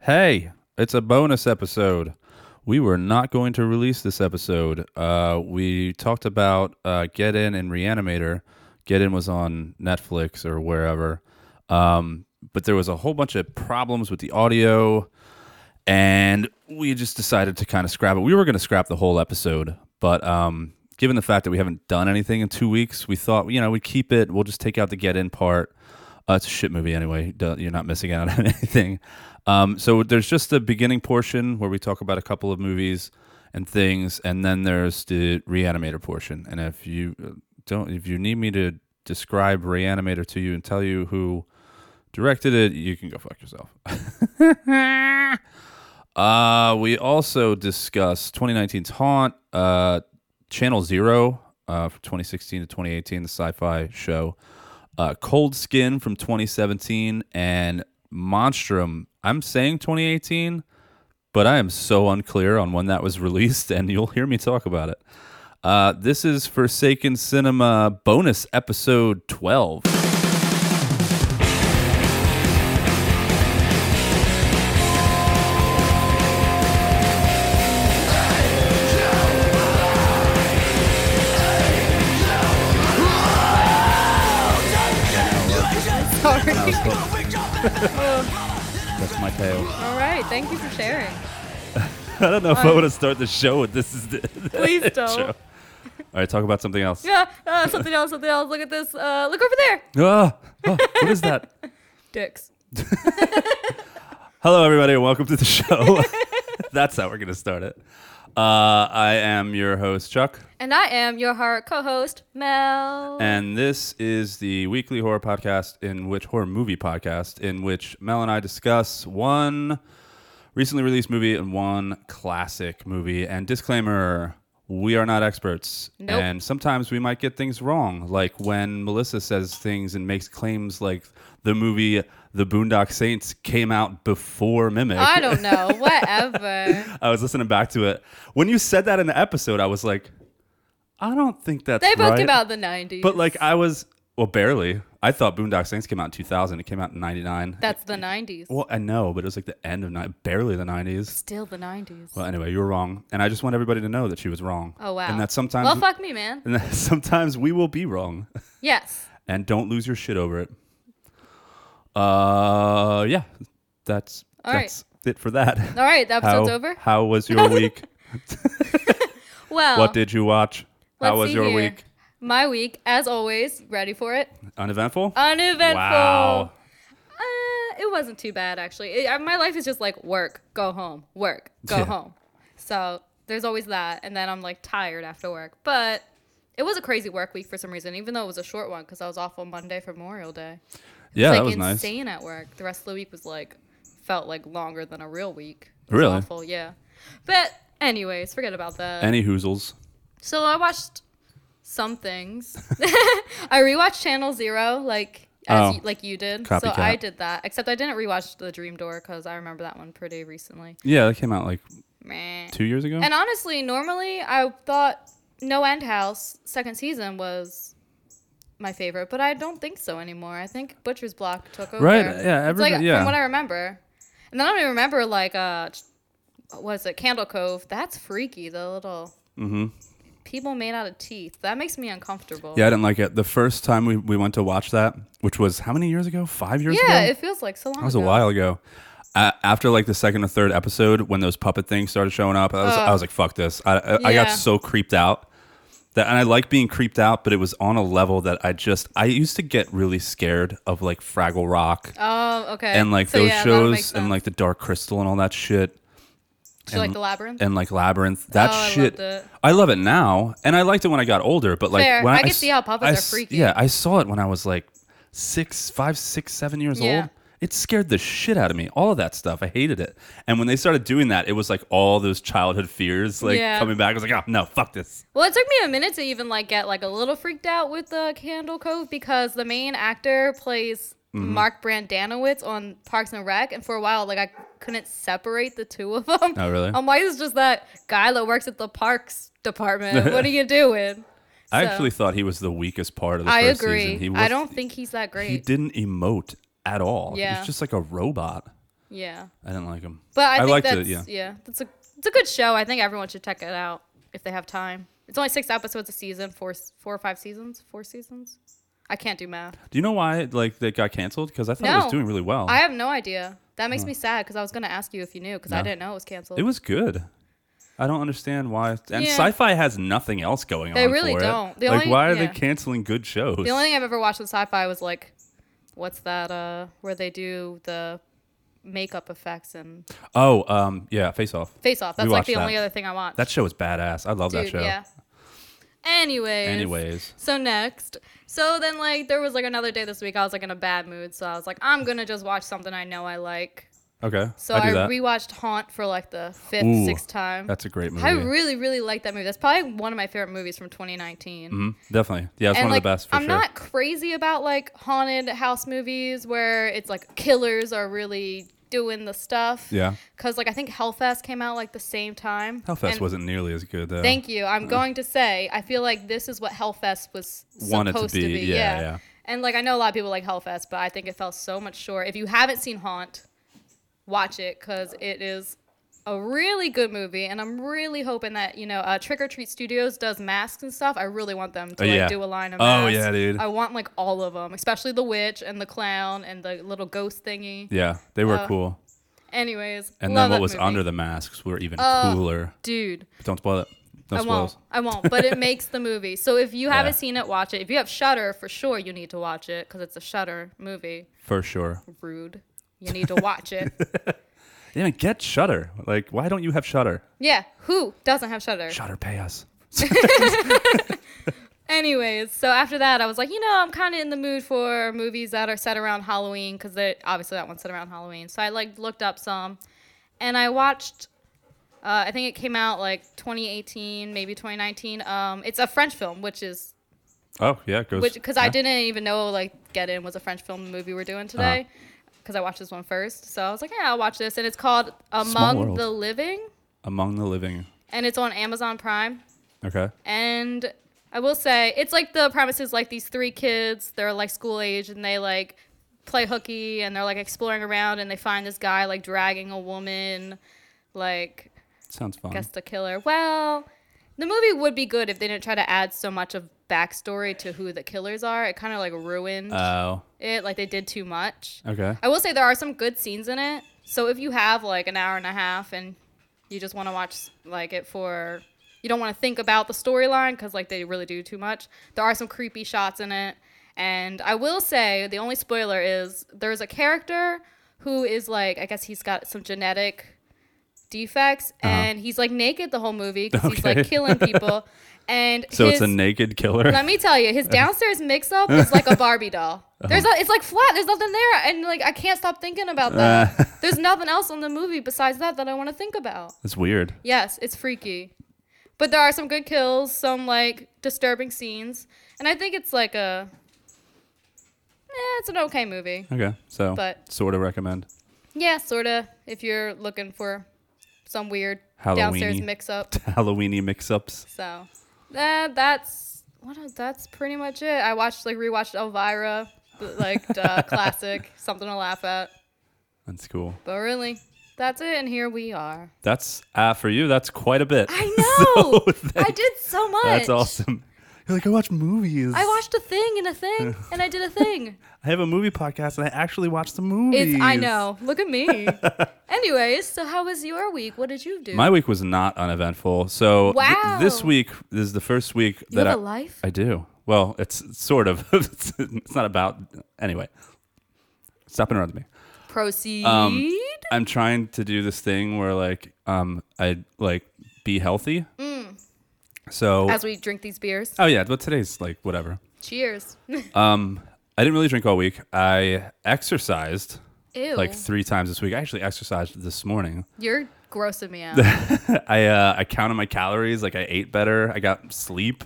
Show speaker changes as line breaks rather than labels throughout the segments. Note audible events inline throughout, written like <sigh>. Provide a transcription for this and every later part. Hey, it's a bonus episode. We were not going to release this episode. Uh, we talked about uh, Get In and Reanimator. Get In was on Netflix or wherever. Um, but there was a whole bunch of problems with the audio, and we just decided to kind of scrap it. We were going to scrap the whole episode, but um, given the fact that we haven't done anything in two weeks, we thought, you know, we'd keep it. We'll just take out the Get In part. Uh, it's a shit movie anyway. Duh, You're not missing out <laughs> on anything. Um, so there's just the beginning portion where we talk about a couple of movies and things, and then there's the reanimator portion. And if you uh, don't, if you need me to describe reanimator to you and tell you who directed it, you can go fuck yourself. Uh, we also discussed 2019's Haunt, uh, Channel Zero uh, from 2016 to 2018, the sci fi show, uh, Cold Skin from 2017, and Monstrum. I'm saying 2018, but I am so unclear on when that was <laughs> released, and you'll hear me talk about it. Uh, this is Forsaken Cinema bonus episode 12.
Sorry.
That's my tale. <laughs>
<laughs> All right. Thank you for sharing.
I don't know if I want to start the show with this is the <laughs>
Please
show. All
don't.
right, talk about something else.
<laughs> Yeah. Uh, something else. Something else. Look at this. Uh, look over there.
Ah, ah, what is that?
Dicks.
<laughs> Hello, everybody, and welcome to the <laughs> show. That's how we're going to start it. Uh, I am your host, Chuck,
And I am your horror co-host, Mel.
and this is the weekly horror podcast in which horror movie podcast in which Mel and I discuss one recently released movie and one classic movie. And disclaimer. We are not experts,
Nope.
and sometimes we might get things wrong, like when Melissa says things and makes claims like the movie The Boondock Saints came out before Mimic.
I
<laughs>
don't know. Whatever.
I was listening back to it. When you said that in the episode, I was like, I don't think that's
They both
right.
came out in the '90s.
But like, I was well, barely. I thought Boondock Saints came out in 2000. It came out in 99.
that's the '90s.
well, I know, but it was like the end of night, barely the 90s.
Still the '90s.
Well, anyway, you were wrong, and I just want everybody to know that she was wrong.
oh wow.
And that sometimes,
Well, fuck me, man.
<laughs> and that sometimes we will be wrong,
Yes.
and don't lose your shit over it. Uh, yeah, that's
All right.
that's it for that.
All right. The
how,
episode's over.
How was
<laughs>
your week?
Well.
What did you watch?
let's
How was
see
your
here.
week?
My week, as always, ready for it.
Uneventful?
Uneventful.
Wow.
Uh, it wasn't too bad actually. It, I- my life is just like work, go home, work, go
Yeah.
home. So there's always that, and then I'm like tired after work. But it was a crazy work week for some reason, even though it was a short one because I was off on Monday for Memorial Day. It
yeah, Oh, that was
like
nice.
insane at work. The rest of the week was like felt like longer than a real week. It was
Really?
Awful, yeah. But anyways, forget about that.
Any hoozles?
So I watched some things. <laughs> I rewatched Channel Zero, like as
Oh.
you, like you did. So
Copycat.
I did that, except I didn't rewatch The Dream Door because I remember that one pretty recently.
Yeah, that came out like
Meh.
two years ago.
And honestly, normally I thought No End House second season was my favorite, but I don't think so anymore. I think Butcher's Block took over.
Right, yeah,
It's like
everything- yeah.
from what I remember, and then I don't even remember like uh, ch- what was it Candle Cove? That's freaky. The little people made out of teeth. That makes me uncomfortable.
Mm-hmm. yeah, I didn't like it. The first time we, we went to watch that, which was how many years ago? Five years ago?
Yeah, it feels like so long.
that was a
ago.
while ago. A after like the second or third episode, when those puppet things started showing up, I was, I was like, fuck this. I, I, I
Yeah.
got so creeped out. That, and I like being creeped out, but it was on a level that I just I used to get really scared of like Fraggle Rock
Oh, okay.
and like
So,
those
yeah, that would make
shows and
sense.
like the Dark Crystal and all that shit.
Did you like the labyrinth.
and like labyrinth that
Oh, I
shit
loved it.
I love it now and i liked it when i got older but like
Fair.
when
I can
s-
see how puppets
I
are
s-
freaky.
yeah i saw it when i was like six five six seven years
Yeah.
old it scared the shit out of me all of that stuff i hated it and when they started doing that it was like all those childhood fears like
Yeah.
coming back i was like oh no fuck this
Well, it took me a minute to even like get like a little freaked out with the Candle Cove because the main actor plays
Mm-hmm.
Mark Brandanowitz on Parks and Rec, and for a while, like I couldn't separate the two of them.
Oh, really?
I'm like, it's just that guy that works at the parks
<laughs>
department. what are you doing?
i
So,
actually thought he was the weakest part of the
I
first
agree.
season he was,
I don't think he's that great.
he didn't emote at all he
Yeah.
was just like a robot
Yeah.
I didn't like him.
But I,
I
think
liked it,
that's,
yeah.
that's a it's a good show. I think everyone should check it out if they have time. It's only six episodes a season, four s- four or five seasons, four seasons. I can't do math.
Do you know why like they got canceled? Because I thought it was
No.
doing really well.
I have no idea. That makes me sad because I was gonna ask you if you knew because I
No.
didn't know it was canceled.
it was good. I don't understand why. And
Yeah.
sci-fi has nothing else going
They
on.
really
for it.
don't. The
like,
only-
why are they
yeah.
canceling good shows?
the only thing I've ever watched with sci-fi was like, what's that? Uh, where they do the makeup effects and
oh, um, yeah, Face Off.
Face Off.
We
That's like
watched
the only
that.
other thing I watched.
That show is badass. I love that show.
Yeah. Anyways.
Anyways,
So next, so then like there was like another day this week I was like in a bad mood, so I was like I'm gonna just watch something I know I like.
okay.
So
I
I,
do that.
rewatched Haunt for like the fifth,
Ooh,
sixth time.
That's a great movie.
I really, really like that movie. That's probably one of my favorite movies from 2019.
Mhm. Definitely. Yeah, it's
And
one
like
of the best for
I'm
sure.
not crazy about like haunted house movies where it's like killers are really doing the stuff.
Yeah.
Cause like I think Hellfest came out like the same time.
Hellfest
And-
wasn't nearly as good though.
Thank you. I'm going to say I feel like this is what Hellfest was
Wanted to
supposed to
be,
be.
yeah,
Yeah,
yeah.
And like I know a lot of people like Hellfest, but I think it fell so much short. If you haven't seen Haunt, watch it because it is a really good movie, and I'm really hoping that you know uh, Trick or Treat Studios does masks and stuff. I really want them to
Oh,
like,
yeah.
do a line of
Oh,
masks.
yeah, dude.
I want like all of them, especially the witch and the clown and the little ghost thingy.
Yeah, they were cool.
Anyways,
And
Oh,
then
love
what
that
was
movie.
under the masks were even
Oh.
cooler.
dude.
But don't spoil it. No
I
spoilers.
won't. I won't. But it makes the movie. So if you haven't
Yeah.
seen it, watch it. If you have Shutter, for sure you need to watch it because it's a Shutter movie.
For sure.
Rude. You need to watch it.
They didn't get Shutter. Like, why don't you have Shutter?
yeah. Who doesn't have Shutter?
Shutter pay us.
Anyways, so after that, I was like, you know, I'm kind of in the mood for movies that are set around Halloween because obviously that one's set around Halloween. So I like looked up some, and I watched. Uh, I think it came out like 2018, maybe 2019. Um, it's a French film, which is
Oh yeah, it goes.
which because I
yeah. Uh-huh.
didn't even know like Get In was a French film movie we're doing today because I watched this one first. So I was like, yeah, I'll watch this, and it's called Among
World.
the Living,
Among the Living.
and it's on Amazon Prime.
Okay.
And I will say it's like the premise is like these three kids, they're like school age, and they like play hooky, and they're like exploring around, and they find this guy like dragging a woman, like
Sounds fun.
guess the killer. Well, the movie would be good if they didn't try to add so much of backstory to who the killers are. It kind of like ruined
Oh.
it. Like they did too much.
okay.
I will say there are some good scenes in it. So if you have like an hour and a half and you just want to watch like it for, you don't want to think about the storyline because like they really do too much. There are some creepy shots in it. And I will say the only spoiler is there's a character who is like, I guess he's got some genetic defects and he's like naked the whole movie because he's like
Uh-huh. Okay.
killing
<laughs>
people. And
so it's a
his-
naked killer.
let me tell you, his downstairs mix up is like a Barbie doll.
Uh-huh.
There's a, it's like flat. There's nothing there, and like I can't stop thinking about that.
<laughs> Uh.
There's nothing else on the movie besides that that I want to think about.
It's weird.
Yes, it's freaky, but there are some good kills, some like disturbing scenes, and I think it's like a, eh, it's an
<laughs>
okay movie.
Okay. So
But-
sort of recommend. <laughs>
Yeah, sorta. If you're looking for some weird downstairs
Halloweeny.
mix up.
Halloweeny mix-ups.
So that that's what is- that's pretty much it. I watched like rewatched Elvira, the, like <laughs> duh, classic, something to laugh at.
That's cool.
But really, that's it, and here we are.
That's ah for you. That's quite a bit.
I know.
<laughs> So,
I did so much.
That's awesome. <laughs> You're like I watch movies.
I watched a thing and
<laughs>
a thing, and I did a thing.
I have a movie podcast and I actually watch the movies.
It's I know. Look at
<laughs>
me. Anyways, so how was your week? What did you do?
My week was not uneventful. So th-
Wow.
this week is the first week
you
that
have a
I-
life.
I do. Well, it's it's sort of. <laughs> it's, it's not about. Anyway, stop interrupting me.
Proceed.
um, I'm trying to do this thing where like um I like be healthy. So
Mm. As we drink these beers.
oh yeah, but today's like whatever.
Cheers.
Um, I didn't really drink all week. I exercised
Ew.
like three times this week. I actually exercised this morning. <laughs>
You're grossing me out.
I uh, I counted my calories. Like I ate better. I got sleep.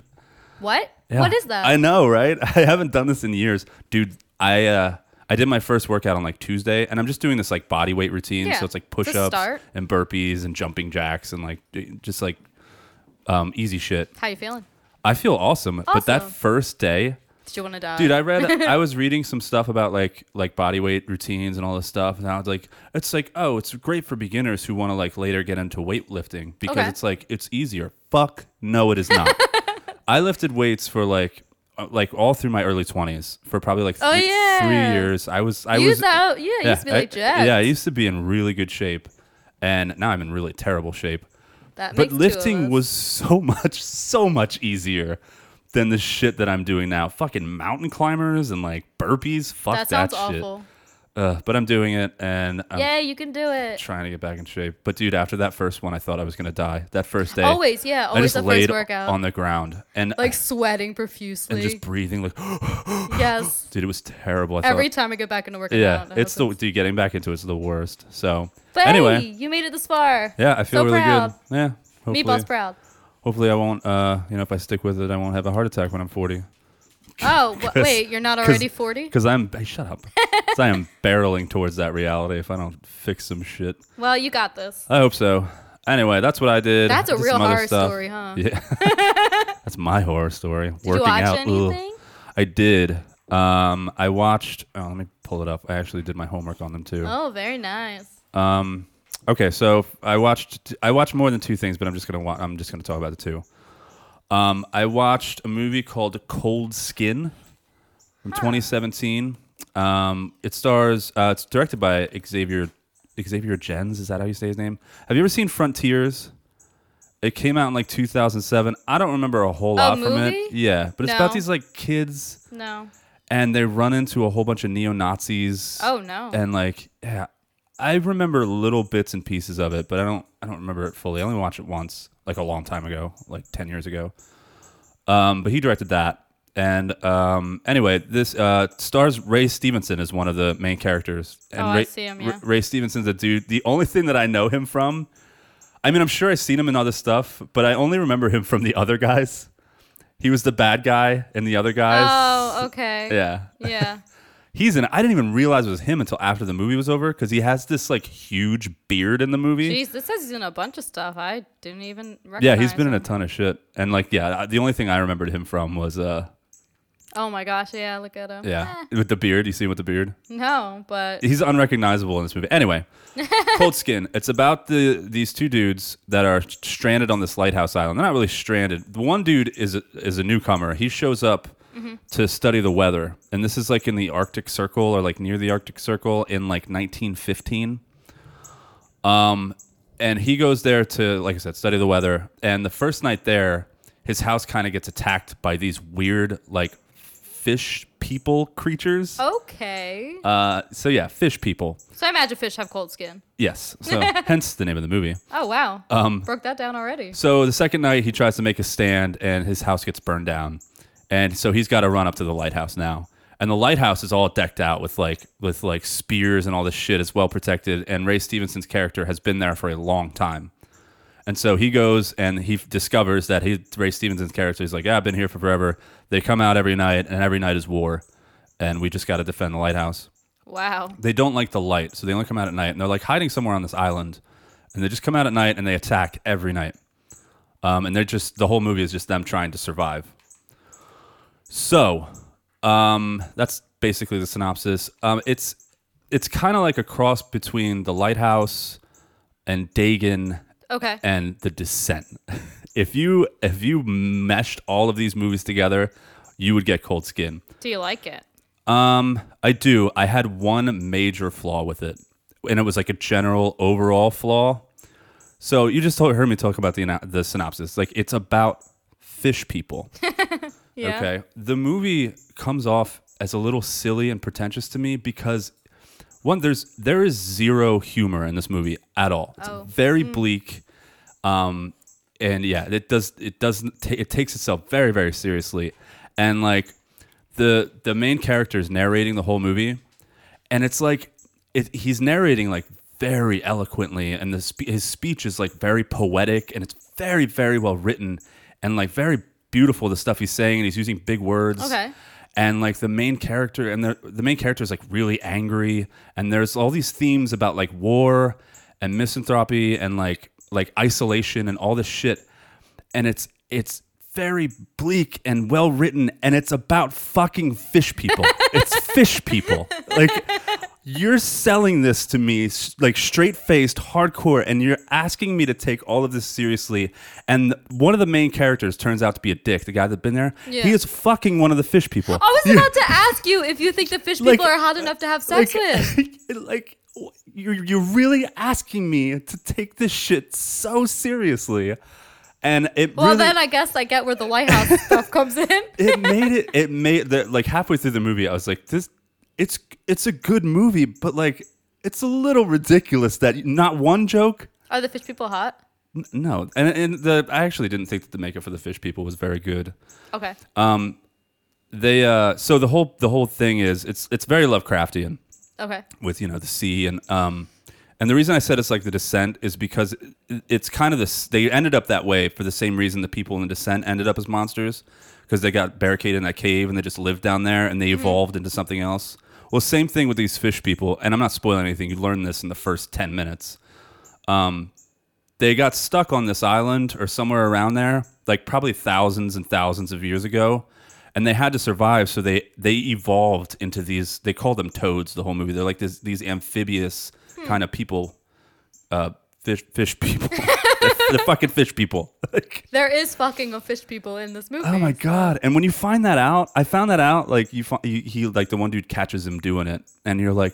what?
Yeah.
What is that?
I know, right? <laughs> I haven't done this in years, dude. I uh, I did my first workout on like Tuesday, and I'm just doing this like body weight routine.
Yeah,
So it's like
it's a
push-ups
start.
and burpees and jumping jacks and like d- just like um, easy shit.
How you feeling?
I feel awesome, but that
Awesome.
first day
Did you want to die?
Dude, I read
<laughs>
I was reading some stuff about like like body weight routines and all this stuff and I was like it's like oh, it's great for beginners who want to like later get into weightlifting because
Okay.
it's like it's easier. Fuck no it is
<laughs>
not. I lifted weights for like uh, like all through my early 20s for probably like
Oh,
three-
yeah.
3 years. I was I
you
was
used to, oh, yeah, you used to be
I-
like
<laughs>
Jack.
Yeah, I used to be in really good shape and now I'm in really terrible shape.
that
But
makes two of
lifting
us.
was so <laughs> much, so much easier than the shit that I'm doing now. Fucking mountain climbers and like burpees. Fuck
that
that,
sounds
shit. um,
awful.
Ugh, but I'm doing it and I'm
Yeah, you can do it.
trying to get back in shape. But dude, after that first one, I thought I was gonna die. That first day,
Always, yeah,
I
always
just
the
laid
first workout.
on the ground and
like sweating profusely.
and just <laughs> breathing like, <gasps>
yes.
dude, it was terrible. I
Every
thought,
time I go back into work, I'm
yeah,
out. I
it's
hope
the dude getting back into it's the worst. So
But
anyway,
hey, you made it this far.
yeah, I feel
so
really
proud.
good. Yeah, hopefully. <laughs>
Meatball's proud.
Hopefully, I won't. Uh, you know, if I stick with it, I won't have a heart attack when I'm 40.
Oh, wh- wait, you're not already 40?
Because I'm. Hey, shut up. 'Cause I
<laughs>
am barreling towards that reality if I don't fix some shit.
Well, you got this.
I hope so. Anyway, that's what I did.
That's a
Did
real
some other
horror story, huh?
Yeah.
<laughs>
that's my horror story.
Did you watch anything?
I did. Um, I watched. Oh, let me pull it up. I actually did my homework on them too.
Oh, very nice.
Um, okay, so I watched I watched more than two things, but I'm just gonna wa- I'm just gonna talk about the two. Um, I watched a movie called Cold Skin from
Ah.
2017. Um, it stars. Uh, it's directed by Xavier Xavier Jens. Is that how you say his name? Have you ever seen Frontiers? It came out in like 2007. I don't remember a whole lot from
movie?
it. Yeah, but it's about
No.
these like kids,
No.
and they run into a whole bunch of neo Nazis
Oh, no.
and like yeah i remember little bits and pieces of it but i don't i don't remember it fully i only watched it once like a long time ago like 10 years ago um but he directed that and um anyway this uh stars ray stevenson as one of the main characters and
Oh, I
ray,
see him,
R-
yeah.
ray stevenson's a dude the only thing that i know him from i mean i'm sure i've seen him in other stuff but i only remember him from the other guys he was the bad guy and the other guys
Oh, okay.
yeah <laughs>
Yeah.
He's in. I didn't even realize it was him until after the movie was over because he has this like huge beard in the movie.
Jeez, this says he's in a bunch of stuff. I didn't even recognize
yeah, he's been in a
him.
ton of shit, and like yeah, I- the only thing I remembered him from was uh
Oh, my gosh. Yeah, look at him.
yeah
Eh,
with the beard. You see him with the beard.
no, but
He's unrecognizable in this movie. Anyway, Cold Skin. It's about the these two dudes that are stranded on this lighthouse island. They're not really stranded. The one dude is a, is a newcomer. He shows up to study the weather, and this is like in the Arctic Circle or like near the Arctic Circle in like 1915. Um, and he goes there to, like I said, study the weather. And the first night there, his house kind of gets attacked by these weird like fish people creatures.
Oh. okay.
Uh, so yeah, fish people.
So I imagine fish have cold skin.
Yes. So hence the name of the movie.
Oh, wow. Um, Broke that down already.
So the second night he tries to make a stand and his house gets burned down. And so he's got to run up to the lighthouse now. And the lighthouse is all decked out with like with like spears and all this shit is well protected and Ray Stevenson's character has been there for a long time. And so he goes and he f- discovers that he Ray Stevenson's character is like, "Yeah, I've been here for forever. They come out every night and every night is war and we just got to defend the lighthouse."
Wow.
they don't like the light, so they only come out at night, and they're like hiding somewhere on this island, and they just come out at night and they attack every night. Um, and they're just the whole movie is just them trying to survive. So, um, that's basically the synopsis. Um, it's it's kind of like a cross between the lighthouse and Dagon
Okay.
and The Descent. <laughs> if you if you meshed all of these movies together, you would get cold skin.
Do you like it?
Um, I do. I had one major flaw with it, and it was like a general overall flaw. So you just told, heard me talk about the ana- the synopsis. Like it's about fish people.
<laughs> Yeah.
Okay. The movie comes off as a little silly and pretentious to me because one there's there is zero humor in this movie at all. It's
Oh.
very bleak. Um and yeah, it does it doesn't ta it takes itself very very seriously. And like the the main character is narrating the whole movie and it's like it, he's narrating like very eloquently and the spe- his speech is like very poetic and it's very very well written and like very beautiful the stuff he's saying and he's using big words
Okay.
and like the main character and the, the main character is like really angry and there's all these themes about like war and misanthropy and like like isolation and all this shit and it's it's very bleak and well written, and it's about fucking fish
<laughs>
people. it's fish people. Like you're selling this to me s- like straight faced, hardcore, and you're asking me to take all of this seriously. And one of the main characters turns out to be a dick. The guy that's been there,
Yeah. Oh,
he is fucking one of the fish people.
I
<laughs>
was
You-
about to ask you if you think the fish people
Like,
are hot enough to have
<laughs>
sex with.
like, like you're, you're really asking me to take this shit so seriously and it
Well,
really,
then I guess I get where
<laughs>
the lighthouse stuff comes in.
it made it it made the, like halfway through the movie i was like this it's it's a good movie but like it's a little ridiculous that not one joke
Are the fish people hot?
n- no and, and the i actually didn't think that the makeup for the fish people was very good
Okay.
Uh, they uh so the whole the whole thing is it's it's very lovecraftian
Okay.
with you know the sea and um and the reason I said it's like the descent is because it- it's kind of this. They ended up that way for the same reason the people in the descent ended up as monsters because they got barricaded in that cave and they just lived down there and they evolved into something else. Well, same thing with these fish people. And I'm not spoiling anything. You learn this in the first ten minutes. Um, they got stuck on this island or somewhere around there, like probably thousands and thousands of years ago. And they had to survive, so they they evolved into these. They call them toads. The whole movie, they're like this, these amphibious kind of people uh, fish fish people. <laughs> the, the fucking fish people. <laughs> Like,
There is fucking of fish people in this movie.
oh my god! And when you find that out, I found that out. Like you, fi- you he like the one dude catches him doing it, and you're like,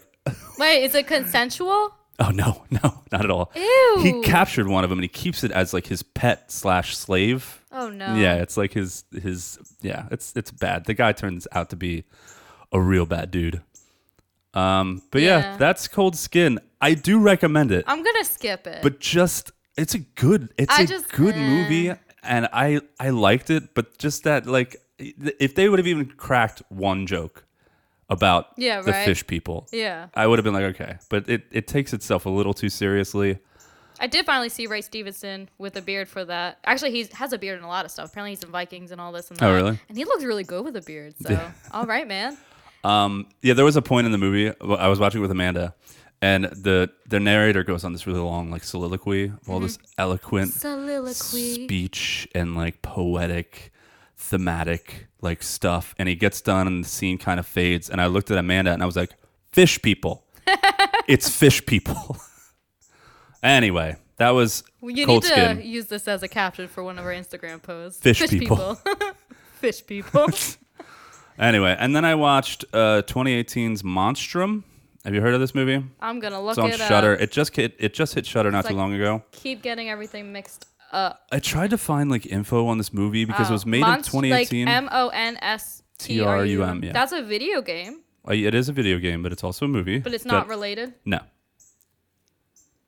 Wait, is it consensual?
oh no, <laughs> no, not at all. He
Ew.
captured one of them, and he keeps it as like his pet slash slave.
Oh no.
Yeah, it's like his his yeah, it's it's bad. The guy turns out to be a real bad dude. Um, but yeah,
Yeah.
that's Cold Skin. I do recommend it.
I'm gonna skip it.
but just it's a good it's
I
a
just-
good
eh.
movie and i i liked it but just that like if they would have even cracked one joke about
Yeah,
the
right.
fish people
yeah.
i would have been like okay but it, it takes itself a little too seriously
I did finally see Ray Stevenson with a beard for that. Actually, he has a beard in a lot of stuff. Apparently, he's in Vikings and all this and that.
Oh, really?
And he looks really good with a beard. So, <laughs> all right, man.
Um, yeah, there was a point in the movie well, I was watching it with Amanda, and the the narrator goes on this really long like soliloquy of all this
Mm-hmm.
eloquent
Soliloquy.
speech and like poetic, thematic like stuff, and he gets done and the scene kind of fades, and I looked at Amanda and I was like, "Fish
<laughs>
people, it's fish people." <laughs> anyway, that was
Well, You
cold
need
skin.
to use this as a caption for one of our Instagram posts.
Fish people.
people. <laughs> Fish
<laughs>
people.
Anyway, and then I watched uh, 2018's Monstrum. Have you heard of this movie?
I'm gonna look
It's on
it
Shutter.
up.
It just hit, it just hit Shutter not too
like-
long ago.
Keep getting everything mixed up.
I tried to find like info on this movie because it was made
Monst-
in 2018.
Uh, Like M O N S T
T R
R U M.
U M, yeah.
That's a video game,
Uh, it is a video game, but it's also a movie.
but it's not
that-
related.
No.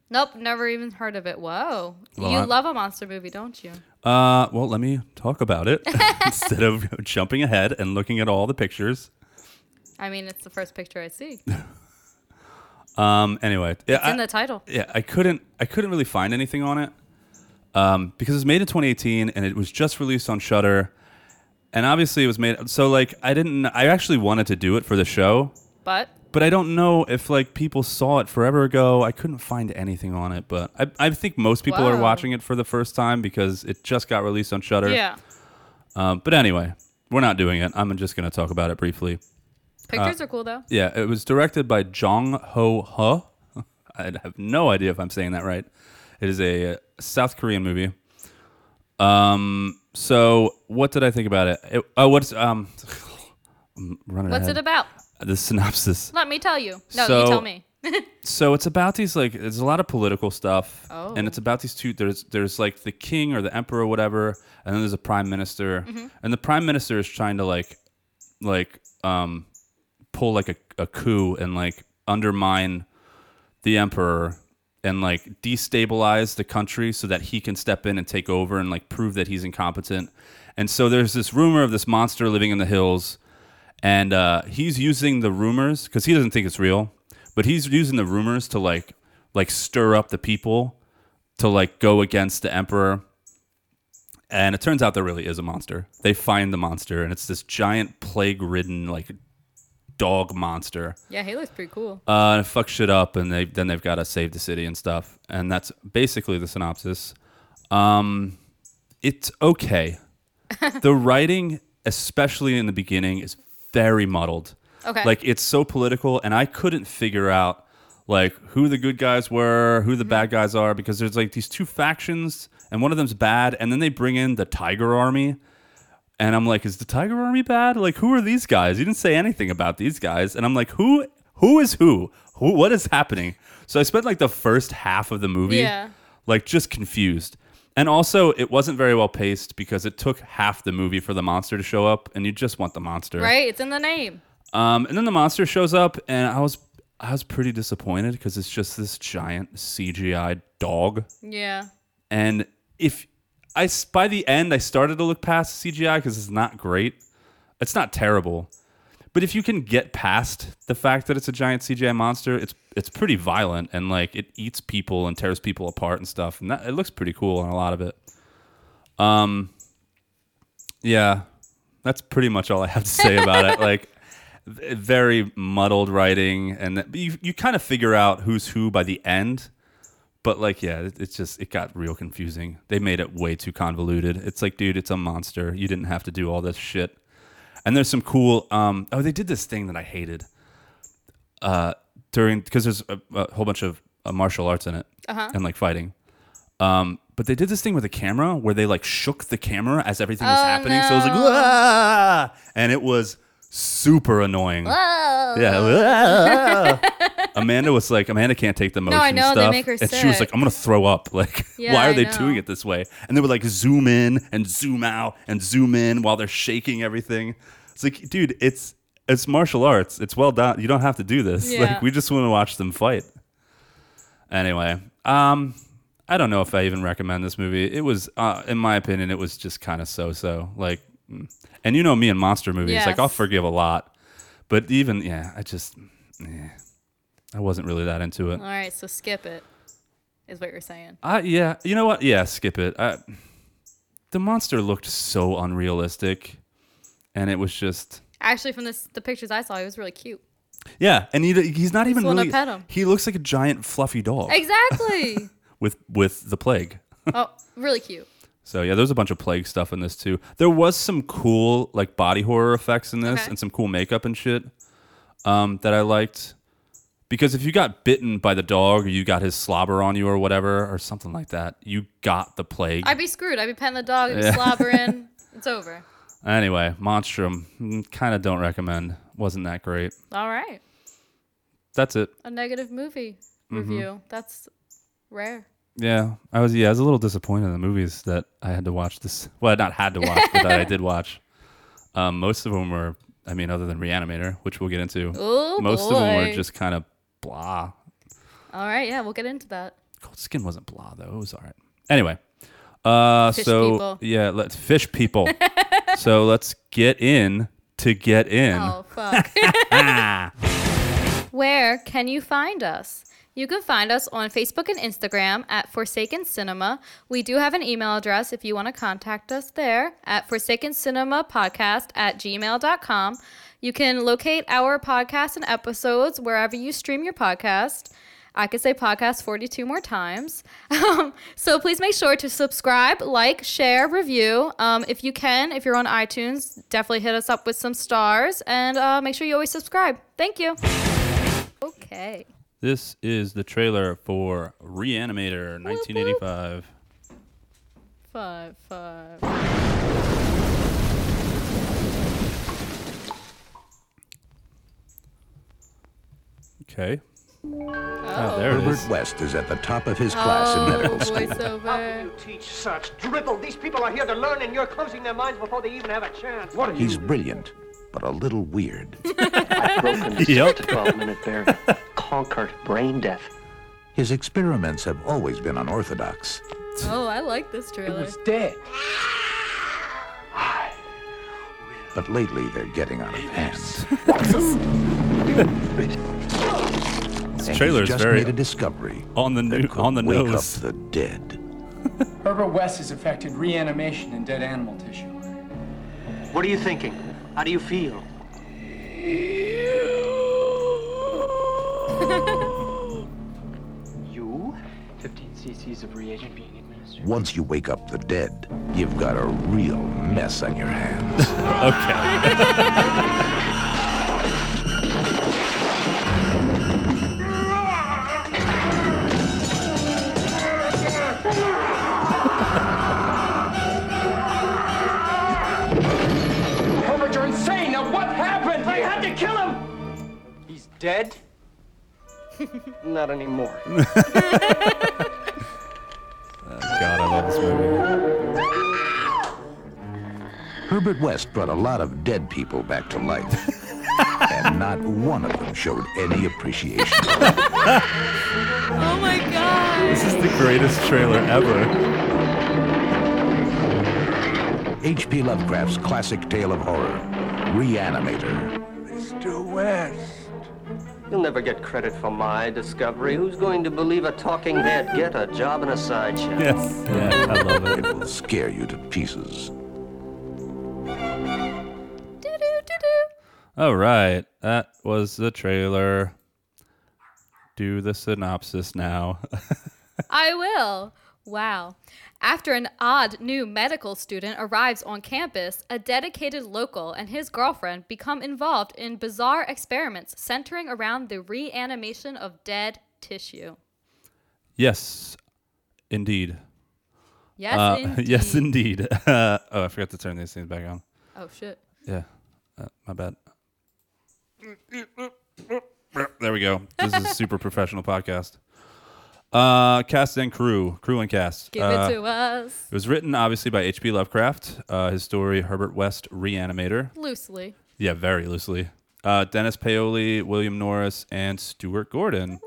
Nope, never even heard of it. Whoa,
Well,
you
I-
love a monster movie, don't you?
Uh, well, let me talk about
<laughs>
it <laughs> instead of jumping ahead and looking at all the pictures.
I mean, it's the first picture I see.
Um, anyway, yeah,
It's in
I-
the title.
yeah, I couldn't, I couldn't really find anything on it um, because it was made in 2018 and it was just released on Shutter, and obviously it was made. So like, I didn't, I actually wanted to do it for the show,
But
but I don't know if like people saw it forever ago. I couldn't find anything on it, but I, I think most people are
Wow.
watching it for the first time because it just got released on Shutter.
yeah,
Um, but anyway, we're not doing it. I'm just gonna talk about it briefly.
pictures
Uh,
are cool though.
Yeah, it was directed by Jong Ho <laughs> Ha. I have no idea if I'm saying that right. It is a South Korean movie. Um, so what did I think about it? It- oh, what's um, <laughs> I'm running
What's it
ahead.
about?
The synopsis.
Let me tell you. No,
So-
you tell me.
so it's about these like there's a lot of political stuff
Oh.
and it's about these two there's there's like the king or the emperor or whatever and then there's a prime minister and the prime minister is trying to like like um pull like a, a coup and like undermine the emperor and like destabilize the country so that he can step in and take over and like prove that he's incompetent and so there's this rumor of this monster living in the hills and uh, he's using the rumors because he doesn't think it's real, but he's using the rumors to like like stir up the people to like go against the emperor. And it turns out there really is a monster. They find the monster, and it's this giant plague-ridden like dog monster.
Yeah, he looks pretty cool.
Uh, and it fucks shit up, and they then they've got to save the city and stuff. And that's basically the synopsis. Um, it's okay. the writing, especially in the beginning, is very muddled.
Okay.
Like it's so political, and I couldn't figure out like who the good guys were, who the bad guys are, because there's like these two factions, and one of them's bad, and then they bring in the Tiger Army. And I'm like, is the Tiger Army bad? Like, who are these guys? You didn't say anything about these guys. And I'm like, who who is who? Who what is happening? So I spent like the first half of the movie
Yeah.
like just confused. And also it wasn't very well paced because it took half the movie for the monster to show up and you just want the monster.
right? It's in the name.
Um, and then the monster shows up, and I was I was pretty disappointed because it's just this giant CGI dog.
Yeah.
And if I s- by the end I started to look past CGI because it's not great, it's not terrible, but if you can get past the fact that it's a giant CGI monster, it's it's pretty violent and like it eats people and tears people apart and stuff, and that, it looks pretty cool on a lot of it. Um, yeah, that's pretty much all I have to say about it. Like. v- Very muddled writing, and that- you, you kind of figure out who's who by the end but like yeah it, it's just it got real confusing they made it way too convoluted it's like dude it's a monster you didn't have to do all this shit and there's some cool um oh they did this thing that i hated uh during because there's a, a whole bunch of uh, martial arts in it
Uh-huh.
and like fighting um but they did this thing with a camera where they like shook the camera as everything was
Oh,
happening so it was like
no.
"Wah!" and it was super annoying
Whoa. <laughs>
yeah. <laughs> Amanda was like, Amanda can't take the motion.
I know, they
stuff.
make her
and she was
sick.
like, I'm gonna throw up. <laughs> Like,
Yeah,
why are
I
they
know.
doing it this way? And they would like zoom in and zoom out and zoom in while they're shaking everything. It's like, dude, it's it's martial arts. It's well done. You don't have to do this. <laughs>
Yeah.
Like, we just want to watch them fight. Anyway, um, I don't know if I even recommend this movie. It was, uh, in my opinion, it was just kind of so-so. Like, mm. and you know me and monster movies. Like,
Yes.
I'll forgive a lot, but even yeah, I just, eh, I wasn't really that into it.
All right, so skip it, is what you're saying.
I yeah, you know what? Yeah, skip it. I, the monster looked so unrealistic, and it was just.
Actually, from this, the pictures I saw, he was really cute.
Yeah, and he, he's not even
wanna
really.
pet him.
He looks like a giant fluffy dog <laughs>
Exactly.
with with the plague.
oh, really cute.
So yeah, there's a bunch of plague stuff in this too. There was some cool like body horror effects in this
Okay.
and some cool makeup and shit um, that I liked. Because if you got bitten by the dog or you got his slobber on you or whatever or something like that, you got the plague.
I'd be screwed. I'd be petting the dog. I'd be
Yeah. <laughs>
slobbering. It's over.
anyway, Monstrum, kind of don't recommend. Wasn't that great.
All right.
That's it.
A negative movie
Mm-hmm.
review. That's rare.
Yeah, I was yeah, I was a little disappointed in the movies that I had to watch this. Well, not had to watch, but that I did watch. Um, most of them were, I mean, other than Reanimator, which we'll get into.
Oh,
most of them were
boy.
just kind of blah.
All right. Yeah, we'll get into that.
Cold Skin wasn't blah though; it was all right. Anyway, uh,
Fish
so
people.
yeah, let's fish
<laughs>
people. so let's get in to get in. Ah!
Oh, fuck. Where can you find us? You can find us on Facebook and Instagram at Forsaken Cinema. We do have an email address if you want to contact us there at Forsaken Cinema Podcast at gmail.com. You can locate our podcast and episodes wherever you stream your podcast. I could say podcast 42 more times. Um, so please make sure to subscribe, like, share, review. Um, if you can, if you're on iTunes, definitely hit us up with some stars and uh, make sure you always subscribe. Thank you. Okay.
This is the trailer for Reanimator, 1985.
Five, five.
Okay. Ah,
Oh,
there it
Herbert
is.
West is at the top of his class in medical school.
How do
voiceover.
you teach such dribble? These people are here to learn, and you're closing their minds before they even have a chance.
Oh.
What are
He's brilliant, but a little weird.
broken
Yep.
yep. to 12 minute barrier, conquered brain death.
His experiments have always been unorthodox.
Oh, I like this trailer. <laughs>
dead.
But lately, they're getting out of hand.
This
And
trailer is
he's just
very
made a discovery
on the new,
that could
on the
wake
nose.
up the dead.
Herbert West has affected reanimation in dead animal tissue.
What are you thinking? How do you feel?
Oh
You
15 cc's of reagent being administered.
Once you wake up the dead, you've got a real mess on
<laughs>
your hands.
Okay.
Herbert, you're insane! Now what happened? I had to kill him!
He's dead? Not <laughs> anymore.
God, I love this movie.
Herbert West brought a lot of dead people back
<laughs>
to life, and not one of them showed any appreciation.
Oh my god.
This is the greatest trailer ever.
H.P. Lovecraft's classic tale of horror, Reanimator. Mr. West.
You'll never get credit for my discovery. Who's going to believe a talking head? Get a job in a sideshow.
Yes. Yeah, I love it.
It will scare you to pieces.
Doo-doo, doo-doo.
All right, that was the trailer. Do the synopsis now. <laughs>
I will. Wow. After an odd new medical student arrives on campus, a dedicated local and his girlfriend become involved in bizarre experiments centering around the reanimation of dead tissue.
yes, indeed.
Yes,
Uh, <laughs>
indeed.
yes, indeed. Uh, oh, I forgot to turn these things back on.
Oh shit.
Yeah, uh, my bad. There we go. This is a
<laughs>
super professional podcast. Uh, cast and crew, crew and cast.
Give
Uh,
it to us
It was written obviously by H.P. Lovecraft. Uh, his story, Herbert West, Reanimator.
loosely.
Yeah, very loosely. Uh, Dennis Paoli, William Norris, and Stuart Gordon.
Woo!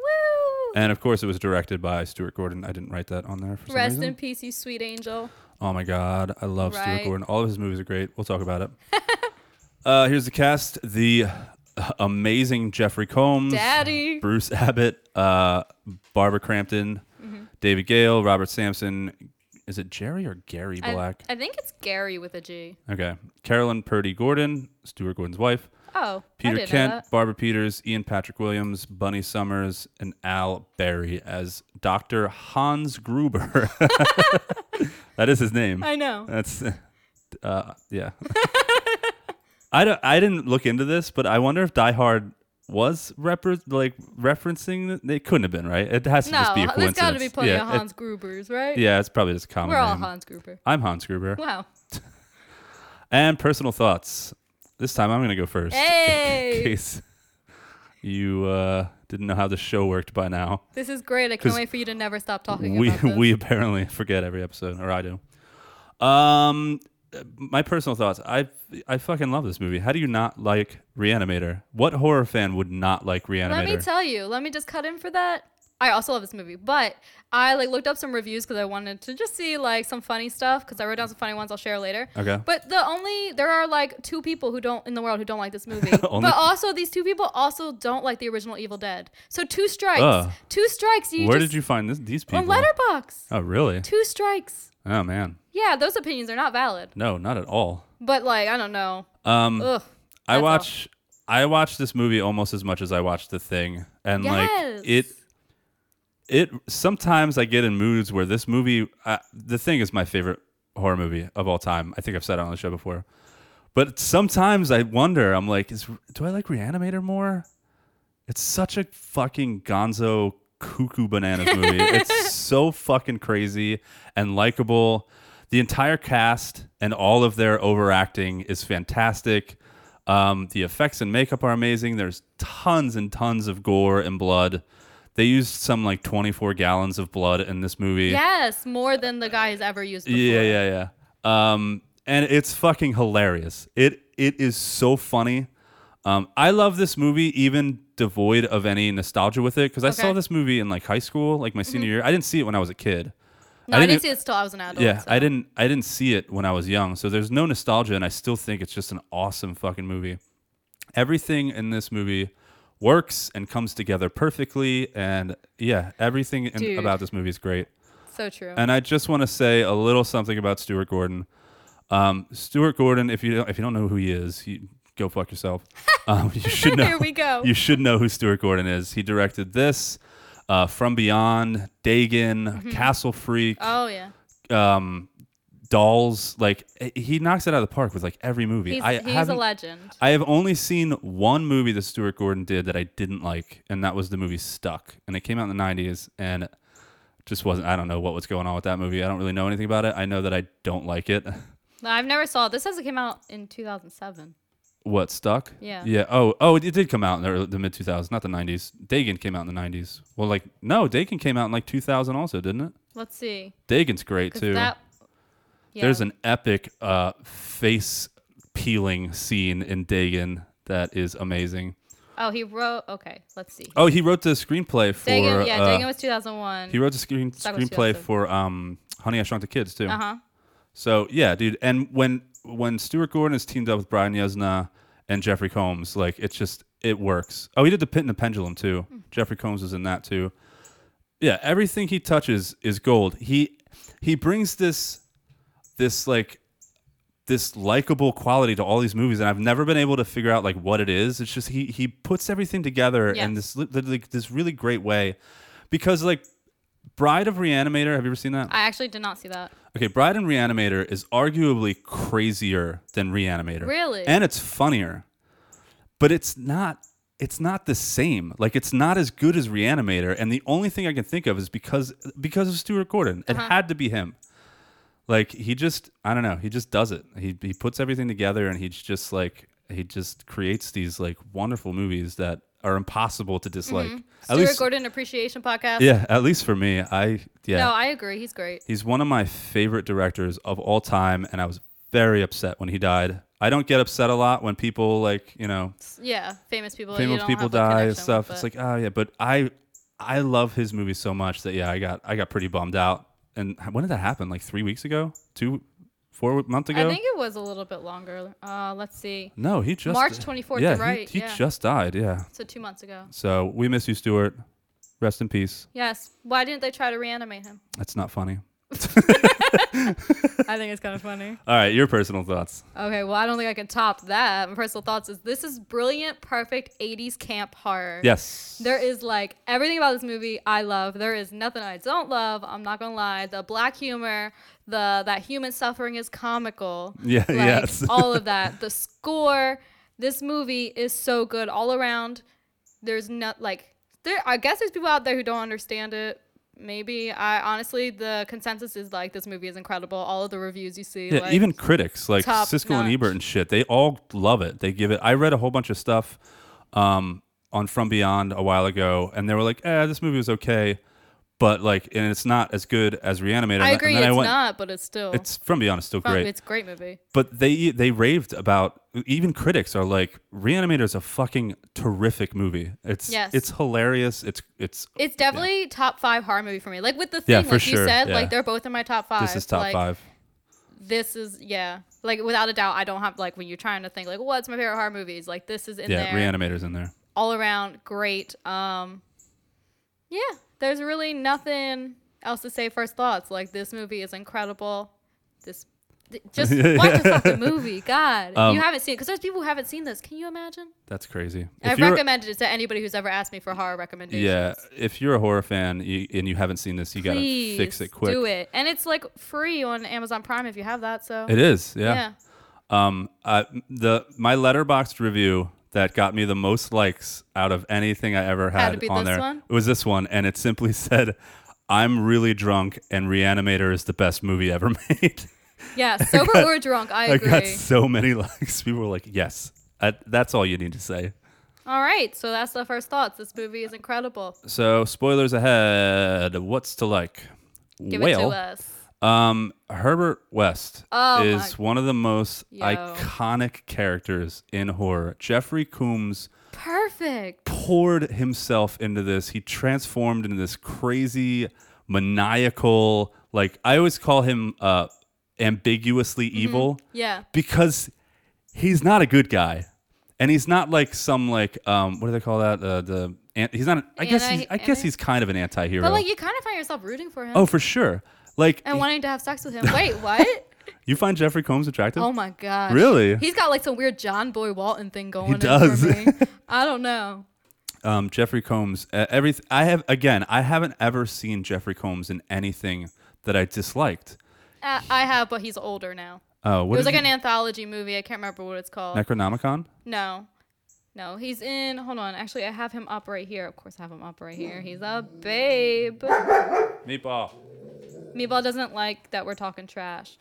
And of course, it was directed by Stuart Gordon. I didn't write that on there for some
Rest
reason.
in peace, you sweet angel.
Oh my God, I love Stuart
Right.
Gordon. All of his movies are great. We'll talk
<laughs>
about it. uh, here's the cast: the amazing Jeffrey Combs,
Daddy.
Bruce Abbott, uh, Barbara Crampton,
Mm-hmm.
David Gale, Robert Sampson. Is it Jerry or Gary
I-
Black?
I, think it's Gary with a G.
okay, Carolyn Purdy Gordon, Stuart Gordon's wife.
Oh, I
Peter
didn't know
Kent,
that.
Barbara Peters, Ian Patrick Williams, Bunny Summers, and Al Berry as Dr. Hans Gruber. <laughs> that is his name.
I know.
That's uh yeah. I don't I didn't look into this, but I wonder if Die Hard was repre- like referencing th- they couldn't have been, right? It has to just be a
No, there's
coincidence.
got to be plenty
yeah,
of
it-
Hans Grubers, right?
yeah, it's probably just a common
We're all
name.
Hans Gruber.
I'm Hans Gruber.
<laughs> Wow.
And personal thoughts. This time I'm going to go first.
Hey!
In <laughs> case you uh, didn't know how the show worked by now.
This is great. I
'Cause
can't wait for you to never stop talking
We
about
<laughs>
this.
we apparently forget every episode, or I do. Um, my personal thoughts. I I fucking love this movie. How do you not like Reanimator? What horror fan would not like Reanimator?
let me tell you. Let me just cut in for that. I also love this movie, but I like looked up some reviews because I wanted to just see like some funny stuff because I wrote down some funny ones I'll share later.
Okay.
But the only there are like two people who don't in the world who don't like this movie.
<laughs> Only-
but also these two people also don't like the original Evil Dead. So two strikes.
Ugh.
Two strikes. You
Where
just,
did you find this, these people?
on Letterbox?
oh, really?
Two strikes.
Oh man,
Yeah, those opinions are not valid.
no, not at all.
But like I don't know.
Um,
Ugh.
I
That's all.
watch I watch this movie almost as much as I watch The Thing, and
Yes.
like it. It sometimes I get in moods where this movie, uh, The Thing, is my favorite horror movie of all time. I think I've said it on the show before, but sometimes I wonder. I'm like, is do I like Reanimator more? It's such a fucking gonzo cuckoo bananas movie. it's so fucking crazy and likable. The entire cast and all of their overacting is fantastic. Um, the effects and makeup are amazing. There's tons and tons of gore and blood. They used some like 24 gallons of blood in this movie.
Yes, more than the guy has ever used before.
Yeah, yeah, yeah. Um, and it's fucking hilarious. It it is so funny. Um, I love this movie, even devoid of any nostalgia with it, because I saw
Okay. Mm-hmm.
this movie in like high school, like my senior year. I didn't see it when I was a kid.
No, I didn't,
didn't-
see this till I was an adult.
Yeah,
so.
I didn't I didn't see it when I was young, so there's no nostalgia, and I still think it's just an awesome fucking movie. Everything in this movie works and comes together perfectly, and yeah, everything in,
Dude.
about this movie is great.
So true.
And I just want to say a little something about Stuart Gordon. Um, Stuart Gordon, if you don't, if you don't know who he is, you go fuck
<laughs>
yourself. Um, you should know.
Here we go.
You should know who Stuart Gordon is. He directed this. uh, From Beyond, Dagon,
Mm-hmm.
Castle Freak,
Oh yeah.
um, Dolls. Like eh, he knocks it out of the park with like every movie.
He's,
I
he's a
haven't-
legend.
I have only seen one movie that Stuart Gordon did that I didn't like, and that was the movie Stuck. And it came out in the 90s, and it just wasn't, I don't know what was going on with that movie. I don't really know anything about it. I know that I don't like it. <laughs>
No, I've never saw it. This says it came out in 2007.
What, Stuck?
Yeah.
Yeah. Oh, oh, it, it did come out in the, early- the mid 2000s, not the 90s. Dagon came out in the 90s. Well, like, no, Dagon came out in like 2000 also, didn't it?
Let's see.
Dagon's great
'Cause
too.
that- yeah.
There's an epic uh, face peeling scene in Dagon that is amazing.
Oh, he wrote. Okay, let's see.
Oh, he wrote the screenplay for.
Dagon, yeah,
uh,
Dagon was 2001.
He wrote the screen,
That was
screenplay
awesome.
for um, Honey I Shrunk the Kids too.
Uh-huh.
So yeah, dude. And when when Stuart Gordon is teamed up with Brian Yuzna and Jeffrey Combs, like it's just it works. Oh, he did the Pit and the Pendulum too.
Hmm.
Jeffrey Combs was in that too. Yeah, everything he touches is gold. He he brings this this like this likable quality to all these movies and I've never been able to figure out like what it is. It's just he he puts everything together in
Yes.
this li- li- like, this really great way because like Bride of Reanimator, have you ever seen that?
I actually did not see that.
Okay, Bride and Reanimator is arguably crazier than Reanimator.
Really?
And it's funnier. But it's not it's not the same. Like it's not as good as Reanimator. And the only thing I can think of is because because of Stuart Gordon. It
Uh-huh.
had to be him. Like he just I don't know, he just does it. He he puts everything together and he's just like he just creates these like wonderful movies that are impossible to dislike. At
Mm-hmm. Stuart
least
Gordon Appreciation Podcast.
Yeah, at least for me. I yeah.
No, I agree. He's great.
He's one of my favorite directors of all time, and I was very upset when he died. I don't get upset a lot when people like you know
Yeah, famous people. that you
famous
don't
people
have a
die
connection
and
with,
stuff.
but-
It's like oh yeah, but I I love his movies so much that yeah, I got I got pretty bummed out. And h- when did that happen? Like three weeks ago, two, four months ago.
I think it was a little bit longer. Uh, let's see.
no, he just
March 24th,
Yeah,
you're
he-
right,
He,
yeah.
just died. Yeah.
So two months ago.
So we miss you, Stuart. Rest in peace.
Yes. Why didn't they try to reanimate him?
That's not funny.
<laughs> I think it's kind of funny.
All right, your personal thoughts.
Okay, well, I don't think I can top that. My personal thoughts is this is brilliant, perfect 80s camp horror.
Yes.
There is like everything about this movie I love. There is nothing I don't love. I'm not gonna lie. The black humor, the that human suffering is comical.
Yeah,
like,
yes.
<laughs> all
<laughs>
of that. The score. This movie is so good all around. There's not like there. I guess there's people out there who don't understand it. Maybe I honestly the consensus is like this movie is incredible. All of the reviews you see,
Yeah,
like,
even critics like
top
Siskel and
notch.
Ebert and shit, they all love it. They give it. I read a whole bunch of stuff um, on From Beyond a while ago, and they were like, "Eh, this movie was okay, but like, and it's not as good as Reanimator."
I
And
agree.
then
It's
I went,
not, but it's still
It's From Beyond is still
fun.
great,
It's a great movie.
but they they raved about. Even critics are like, "Reanimator is a fucking terrific movie. It's
Yes.
it's hilarious. It's it's
It's definitely top five horror movie for me. Like with the thing,
Yeah,
like
for
you
sure,
said,
yeah.
like they're both in my top five.
this is top
like,
five.
This is yeah, like without a doubt, I don't have like when you're trying to think like what's my favorite horror movies. Like this is in
Yeah,
there,
Reanimator's in there.
all around great. Um, yeah, there's really nothing else to say. First thoughts, like this movie is incredible. This. th-
<laughs>
Just watch the fucking movie, God! If
Um,
you haven't seen it because there's people who haven't seen this. Can you imagine?
That's crazy.
I've
If you're-
recommended it to anybody who's ever asked me for horror recommendations.
Yeah, if you're a horror fan you, and you haven't seen this, you gotta
Please
fix it quick.
Do it, and it's like free on Amazon Prime if you have that. So
It is, <laughs>
yeah.
yeah. Um, I, the my letterboxed review that got me the most likes out of anything I ever had
to be
on
this
there
one?
It was this one, and it simply <laughs> said, "I'm really drunk, and Reanimator is the best movie ever <laughs> made."
Yeah, sober or drunk, I
I
agree.
got so many <laughs> likes. People were like, "Yes, I, that's all you need to say."
All right, so that's the first thoughts. This movie is incredible.
So, spoilers ahead. What's to like?
Give
Whale.
it to us.
Um, Herbert West
Oh,
is one of the most
Yo.
iconic characters in horror. Jeffrey Coombs
Perfect.
poured himself into this. He transformed into this crazy, maniacal. Like I always call him uh, ambiguously evil
Mm-hmm. Yeah.
because he's not a good guy, and he's not like some like um, what do they call that? Uh, the an- he's not. An, I guess
Anti-
he's, I guess
anti-
he's kind of an antihero.
But like you kind of find yourself rooting for him
oh, for sure. Like
and wanting to have sex with him.
<laughs>
Wait, what?
you find Jeffrey Combs attractive?
oh my gosh.
Really? <laughs>
He's got like some weird John Boy Walton thing going. on
does.
For me. I don't know.
Um, Jeffrey Combs. Uh, every I have again. I haven't ever seen Jeffrey Combs in anything that I disliked.
Uh, I have, but he's older now.
Uh, what
it was
did
like
he-
an anthology movie. I can't remember what it's called.
Necronomicon.
no. No, he's in. Hold on. Actually, I have him up right here. Of course, I have him up right here. He's a babe.
Meatball.
Meatball doesn't like that we're talking trash.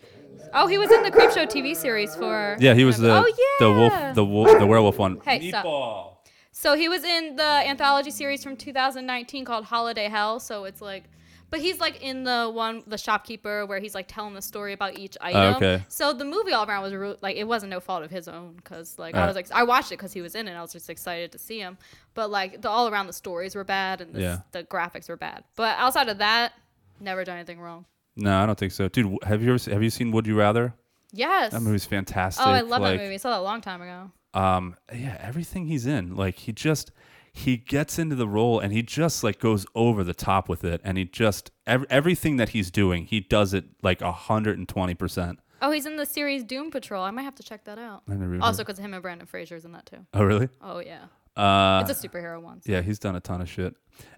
Oh, he was in the Creepshow TV series for.
Yeah, he was the
Oh, yeah.
the wolf the wolf the werewolf one.
Hey, stop. So he was in the anthology series from 2019 called Holiday Hell. So it's like, but he's like in the one, the shopkeeper, where he's like telling the story about each item.
Oh, okay.
So the movie all around was re- like, it wasn't no fault of his own, cause like I
Alright.
was like, I watched it cause he was in it. I was just excited to see him. But like the all around the stories were bad and the, s- the graphics were bad. But outside of that, never done anything wrong.
No, I don't think so, dude. Have you ever se- have you seen Would You Rather?
Yes.
That movie's fantastic.
oh, I love
like,
that movie. I saw that a long time ago.
Um, yeah, everything he's in, like he just he gets into the role and he just like goes over the top with it, and he just ev- everything that he's doing, he does it like hundred and twenty percent.
Oh, he's in the series Doom Patrol. I might have to check that out.
never even heard
Also, because him and Brandon Fraser's in that too.
Oh, really?
Oh yeah.
Uh,
It's a superhero one.
Yeah, he's done a ton of shit.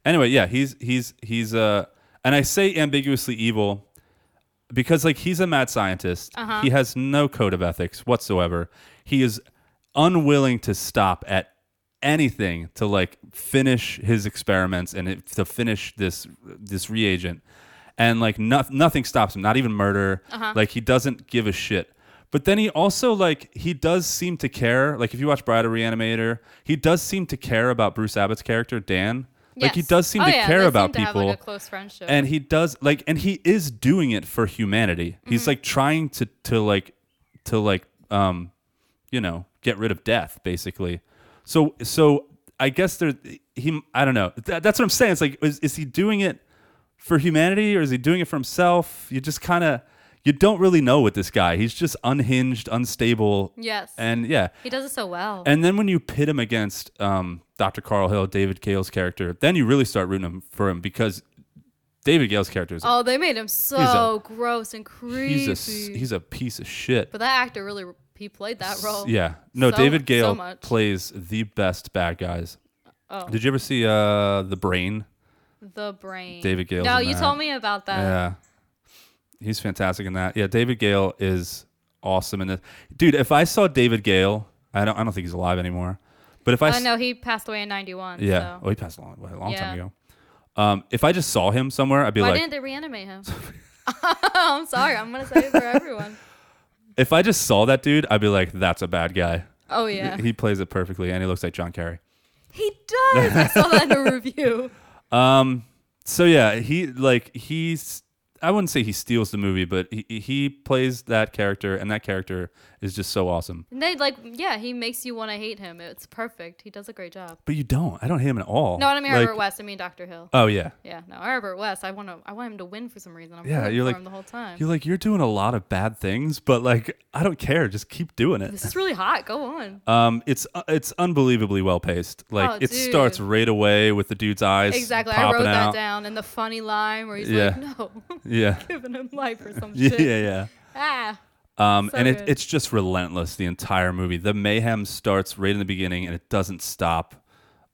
Anyway, yeah, he's he's he's uh and I say ambiguously evil because like he's a mad scientist.
Uh-huh.
He has no code of ethics whatsoever. He is unwilling to stop at anything to like finish his experiments and it, to finish this this reagent. And like no, nothing stops him, not even murder.
Uh-huh.
Like he doesn't give a shit. But then he also like he does seem to care. Like if you watch Bride of Reanimator, he does seem to care about Bruce Abbott's character Dan. Like he
Yes.
does seem
Oh,
to
yeah,
care
they
about
seem to have,
people
like, a close friendship.
and he does like and he is doing it for humanity he's like trying to to like to like um you know get rid of death basically so so i guess there he i don't know That- that's what i'm saying it's like is, is he doing it for humanity or is he doing it for himself you just kind of you don't really know with this guy he's just unhinged unstable
Yes.
and yeah
he does it so well.
and then when you pit him against um, Dr. Carl Hill, David Gale's character, then you really start rooting him for him because David Gale's character is a,
oh, they made him so gross and creepy.
he's a s- he's a piece of shit.
but that actor really he played that role.
Yeah, no,
So-
David Gale
so much.
plays the best bad guys.
Oh.
Did you ever see uh, The Brain?
The brain.
David Gale's
No,
in
you
that.
told me about that.
Yeah, he's fantastic in that. Yeah, David Gale is awesome in this. Dude, if I saw David Gale, I don't I don't think he's alive anymore. But if I
I
s-
know Oh, he passed away in '91.
yeah,
So.
oh, he passed a long, a long time
Yeah.
ago. Um, if I just saw him somewhere, I'd be
Why
like,
didn't they reanimate him? <laughs>
<laughs>
I'm sorry. I'm gonna say it for everyone.
if I just saw that dude, I'd be like, that's a bad guy.
Oh yeah,
He plays it perfectly, and he looks like John Kerry.
he does. I saw that
<laughs>
in a review.
Um, so yeah, he like he's. I wouldn't say he steals the movie, but he, he plays that character, and that character is just so awesome.
And they like, yeah, he makes you want to hate him. It's perfect. He does a great job.
But you don't. I don't hate him at all.
No, I don't mean
Like-
Herbert West. I mean Doctor Hill.
Oh yeah,
Yeah, no, Herbert West. I want to. I want him to win for some reason. I'm
yeah.
rooting
You're
for
like
him the whole time.
You're like you're doing a lot of bad things, but like I don't care. Just keep doing it.
this is really hot.
<laughs>
Go on.
Um, it's uh, it's unbelievably well paced. Like
Oh,
it
dude.
starts right away with the dude's eyes
exactly. I
popping
wrote
out.
that down. And the funny line where he's
Yeah.
like, "No, <laughs>
Yeah,
giving him life or some
<laughs> yeah,
shit."
yeah.
Ah.
Um,
So
and it,
good.
it's just relentless the entire movie. The mayhem starts right in the beginning and it doesn't stop.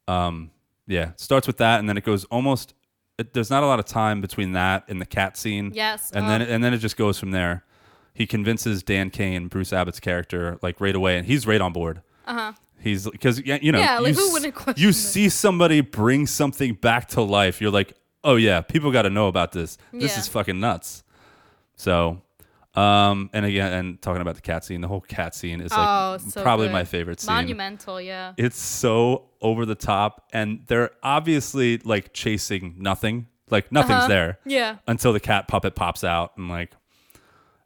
Um, yeah, it starts with that and then it goes almost. It, there's not a lot of time between that and the cat scene.
Yes,
and then and then it just goes from there. He convinces Dan Kane, Bruce Abbott's character, like right away, and he's right on board. Uh huh. He's because you know,
Uh-huh. Yeah, like,
you
who
s-
wouldn't question
You
it?
see somebody bring something back to life. You're like, oh yeah, people got to know about this. This
Yeah.
is fucking nuts. So, um, and again, and talking about the cat scene, the whole cat scene is like
oh, so
probably
good.
my favorite scene.
Monumental. Yeah.
It's so over the top, and they're obviously like chasing nothing. Like nothing's there
Uh-huh. Yeah.
until the cat puppet pops out and like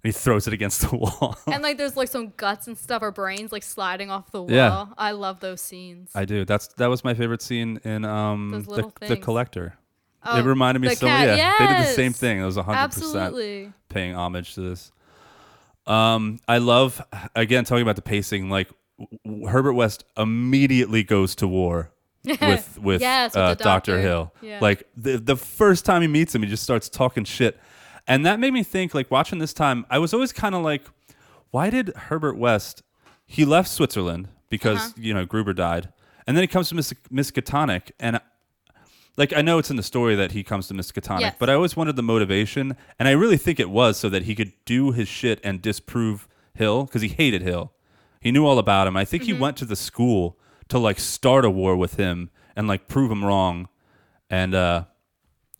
he throws it against the <laughs> wall.
And like, there's like some guts and stuff, or brains like sliding off the wall.
Yeah.
I love those scenes.
I do. That's that was my favorite scene in um
Those
the,
little
the
things.
collector.
Oh,
it reminded me
the
so
cat-
yeah. They did the same
yes.
thing. It was hundred percent
Absolutely.
paying homage to this. Um, I love again talking about the pacing. Like w- w- Herbert West immediately goes to
<laughs>
war with with,
Yes, with
uh,
the
Doctor
doctor.
Hill.
Yeah.
Like the the first time he meets him, he just starts talking shit, and that made me think. Like watching this time, I was always kind of like, why did Herbert West? He left Switzerland because you know Gruber died, And then he comes to Miss Miskatonic, and like I know it's in the story that he comes to Miskatonic,
Yes.
but I always wondered the motivation, and I really think it was so that he could do his shit and disprove Hill because he hated Hill. He knew all about him. I think he went to the school to like start a war with him and like prove him wrong, and uh,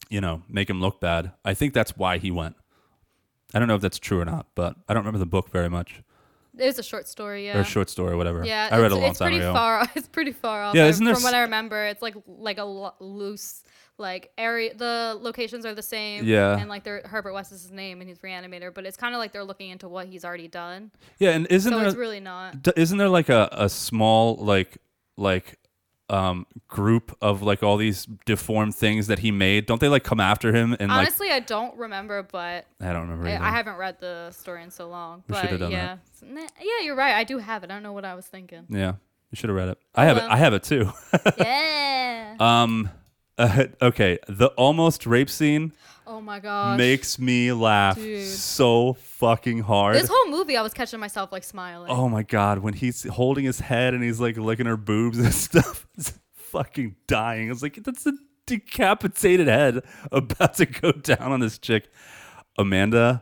you know make him look bad. I think that's why he went. I don't know if that's true or not, but I don't remember the book very much
It was a short story, yeah.
or short story, whatever.
Yeah,
I read
it's,
a long
it's
time
pretty
ago.
Far, <laughs> it's pretty far off.
Yeah,
I-
isn't there
from
s-
what I remember, it's like like a lo- loose like area. The locations are the same.
Yeah.
and like they're, Herbert West is his name, and he's reanimator. But it's kind of like they're looking into what he's already done.
Yeah, and isn't
So
there
it's really not.
D- isn't there like a, a small like like um group of like all these deformed things that he made don't they like come after him and like
Honestly, I don't remember, but
i don't remember
I,
either.
I haven't read the story in so long.
We
but
should've done
yeah,
that.
It's- nah, yeah, you're right. I do have it. I don't know what I was
<laughs>
thinking.
yeah you should have read it i have it
well.
i have it too <laughs>
yeah.
um uh, okay the almost rape scene
oh my gosh.
makes me laugh
Dude.
so fucking hard
this whole movie, I was catching myself like smiling.
oh my god when he's holding his head and he's like licking her boobs and <laughs> stuff it's fucking dying it's like that's a decapitated head about to go down on this chick amanda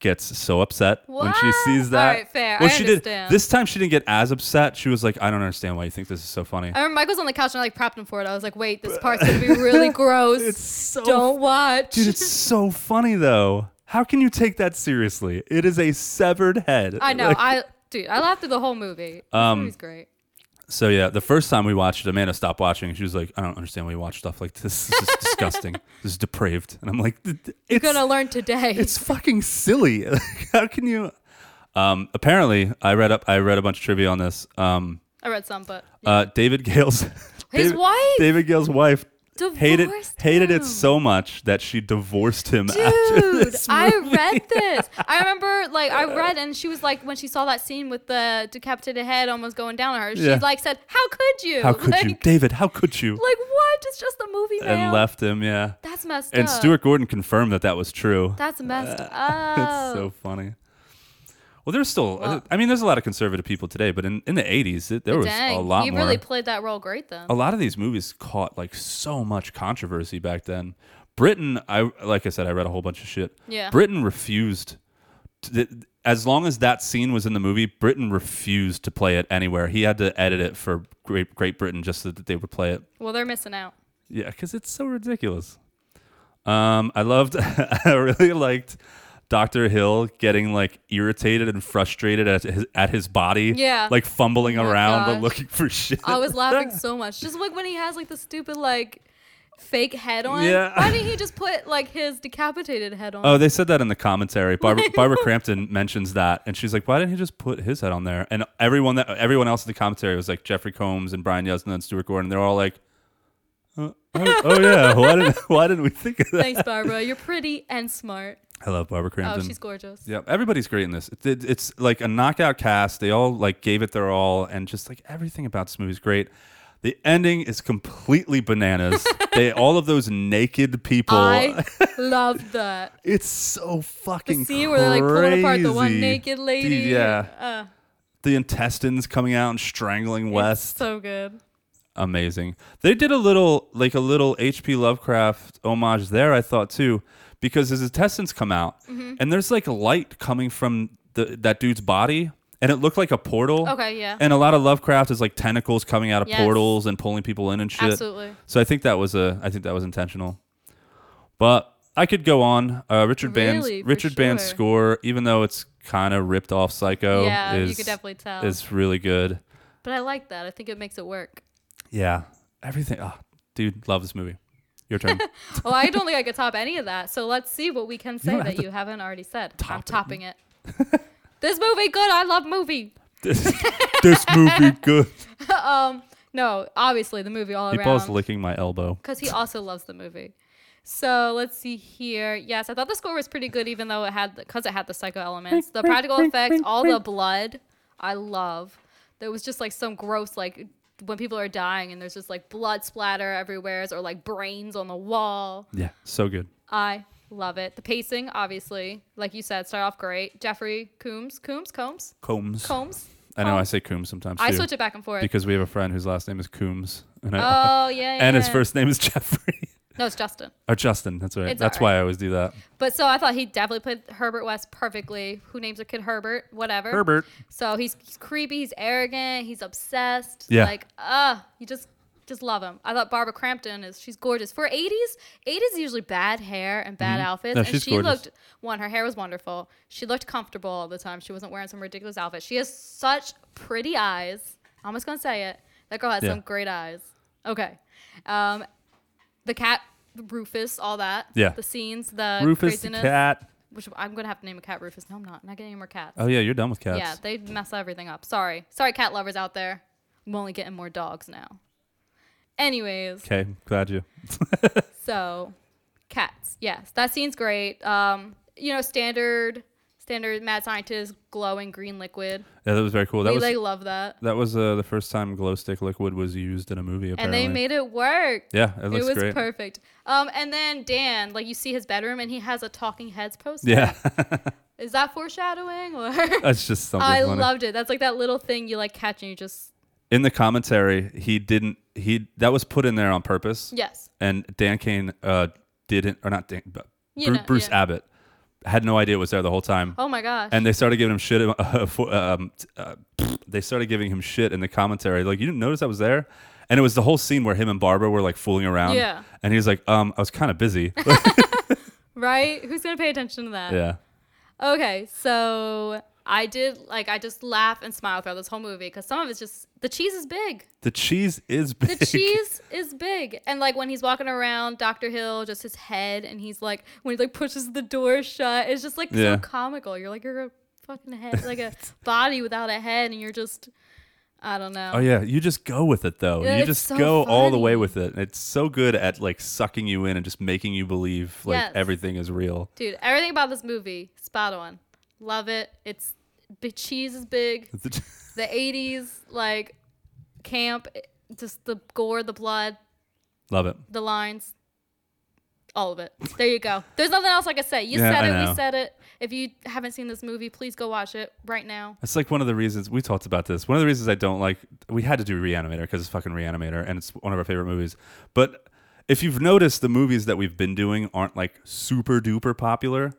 gets so upset when she
What?
sees that
Alright, fair.
Well,
I
she
understand.
did this time she didn't get as upset she was like i don't understand why you think this is so funny
I remember Michael's on the couch and I like propped him for it. I was like, wait, this part's
<laughs>
gonna be really gross.
It's so
Don't watch.
dude it's so funny though how can you take that seriously it is a severed head
I know.
Like-
I dude, I laughed through the whole movie. Um, movie's great.
So yeah, the first time we watched it, Amanda stopped watching. She was like, "I don't understand why you watch stuff like this. This
<laughs>
is disgusting. This is depraved." And I'm like, "Th- th- "It's
You're gonna learn today.
it's fucking silly. <laughs> Like, How can you?" Um, apparently, I read up. I read a bunch of trivia on this. Um,
<laughs> I read some, but
uh, David Gale's
<laughs> His
David,
wife?
David Gale's wife hated
Divorced
hated
him.
it so much that she divorced him after
Dude,
this
I
movie.
read this. I remember,
<laughs>
like, I read, and she was like, when she saw that scene with the decapitated head almost going down on her, she
Yeah.
like said, "How could you?
How could
like,
you, David? How could you?
Like what? It's just a movie, man.
and left him. Yeah.
That's messed
and
up.
Stuart Gordon confirmed that that was true. <laughs>
That's messed
That's
up.
so funny. Well, there's still, uh, I mean, there's a lot of conservative people today, but in, in the 80s, it, there was
Dang,
a lot
you
more.
really played that role great then.
a lot of these movies caught like so much controversy back then. Britain, I like I said, I read a whole bunch of shit.
Yeah.
Britain refused. To, th- as long as that scene was in the movie, Britain refused to play it anywhere. He had to edit it for Great, Great Britain just so that they would play it.
Well, they're
<laughs>
missing out.
Yeah, because it's so ridiculous. Um, I loved, <laughs> I really liked Dr. Hill getting like irritated and frustrated at his, at his body.
Yeah. Oh
Like fumbling
my
around
gosh.
but looking for shit.
I was laughing so much. Just like when he has like the stupid like fake head on.
Yeah.
Why didn't he just put like his decapitated head on?
Oh, they said that in the commentary.
<laughs>
Barbara, Barbara Crampton mentions that, and she's like, "Why didn't he just put his head on there?" And everyone that everyone else in the commentary was like Jeffrey Combs and Brian Yuzna and Stuart Gordon. They're all like, "Oh, oh, oh, yeah, why didn't <laughs> why didn't we think of
<laughs>
that?"
Thanks, Barbara. You're pretty and
<laughs>
smart.
I love Barbara
Oh,
Crampton.
she's gorgeous.
Yeah, everybody's great in this. It, it- it's like a knockout cast. They all like gave it their all, and just like everything about this movie's great. The ending is completely
<laughs>
bananas. they all of those naked people.
I <laughs> love that.
<laughs> it's so fucking
The scene where they're like pulling apart the one
crazy.
naked
Dude,
lady.
yeah,
Uh,
the intestines coming out and strangling West.
so good.
Amazing. They did a little like a little H.P. Lovecraft homage there. I thought too, because his intestines come out,
Mm-hmm.
and there's like light coming from the that dude's body. And it looked like a portal.
Okay, yeah.
And a lot of Lovecraft is like tentacles coming out of
Yes.
portals and pulling people in and shit.
Absolutely.
So I think that was a I think that was intentional. But I could go on. Uh, Richard Band's
Really, for
Richard Band's
sure.
score, even though it's kind of ripped off Psycho,
Yeah, you
is,
could definitely tell.
is really good.
But I like that. I think it makes it work.
Yeah, everything. Oh, dude, love this movie. Your
<laughs>
turn.
Well, Oh, I don't think I could top any of that. So let's see what we can say
don't have
that
to
you haven't already said. I'm
top it. <laughs>
topping it. this movie good. I love movie.
this, this movie
<laughs>
good.
No, obviously the movie all
Meatball's
around.
licking my elbow.
Because he also loves the movie. So let's see here. Yes, I thought the score was pretty good, even though it had because it had the psycho elements, the practical effects, all the blood. I love. There was just like some gross like when people are dying and there's just like blood splatter everywhere or like brains on the wall.
Yeah, so good.
I love it. The pacing, obviously, like you said, start off great. Jeffrey Coombs, Coombs, Combs,
Combs.
Combs.
I know I say Coombs sometimes
I
too,
switch it back and forth.
because we have a friend whose last name is Coombs, and, I,
oh yeah, yeah.
<laughs> and his
yeah.
first name is <laughs> Jeffrey
No, it's Justin.
or Justin. That's right.
It's
That's
all right.
why I always do that.
But so I thought he definitely played Herbert West perfectly. Who names a kid Herbert? Whatever.
Herbert.
So he's, he's creepy. He's arrogant. He's obsessed.
Yeah.
Like ah, you just just love him. I thought Barbara Crampton is she's gorgeous for 80s. 80s is usually bad hair and bad outfits,
Mm-hmm. No,
and
she's
she
gorgeous.
looked one. Her hair was wonderful. She looked comfortable all the time. She wasn't wearing some ridiculous outfit. She has such pretty eyes. I'm just gonna say it. That girl has
Yeah.
some great eyes. Okay. Um, the cat, Rufus, all that.
Yeah.
The scenes, the
Rufus the
craziness.
cat.
Which I'm gonna have to name a cat Rufus. No, I'm not. I'm not getting any more cats.
Oh yeah, you're done with cats.
yeah, they mess everything up. Sorry, sorry, cat lovers out there. I'm only getting more dogs now. Anyways,
okay, glad you.
so cats. Yes, that scene's great. Um, you know, standard, standard mad scientist glowing green liquid.
Yeah, that was very cool. That
we
was
like love that.
that was uh, the first time glow stick liquid was used in a movie.
And
Apparently,
they made it work.
yeah, it looks
it was
great.
perfect. Um, and then Dan, like you see his bedroom, and he has a talking heads poster.
Yeah, <laughs>
Is that foreshadowing or?
that's just something.
I
funny.
loved it. That's like that little thing you like catch and you just
in the commentary. He didn't. He that was put in there on purpose.
yes.
and Dan Kane uh, didn't, or not Dan, but
You
Bru-
know,
Bruce
yeah.
Abbott had no idea it was there the whole time.
Oh my gosh.
And they started giving him shit. <laughs> Uh, for, um, t- uh, <sniffs> they started giving him shit in the commentary. Like, you didn't notice I was there? And it was the whole scene where him and Barbara were like fooling around.
Yeah.
And he's like, um, I was kind of
<laughs>
busy. <laughs>
right? Who's gonna pay attention to that?
yeah.
Okay, so I did like I just laugh and smile throughout this whole movie because some of it's just the cheese is big.
The cheese is
The
big. <laughs>
cheese is big, and like when he's walking around, Doctor Hill, just his head, and he's like when he like pushes the door shut, it's just like
Yeah.
so comical. You're like you're a
<laughs>
fucking head, like a body without a head, and you're just I don't know.
Oh yeah, you just go with it though.
Yeah,
you
it's
just
so
go all the way
funny.
with it. It's so good at like sucking you in and just making you believe like
Yes.
everything is real. <laughs>
Dude, everything about this movie, spot on. Love it. It's the cheese is big. The 80s, like camp, it- just the gore, the blood,
Love it.
the lines, all of it. There you go. There's nothing else I can say. You
Yeah,
said
I
it.
know.
We said it. If you haven't seen this movie, please go watch it right now.
That's like one of the reasons we talked about this. One of the reasons I don't like we had to do Reanimator because it's fucking Reanimator and it's one of our favorite movies. But if you've noticed, the movies that we've been doing aren't like super duper popular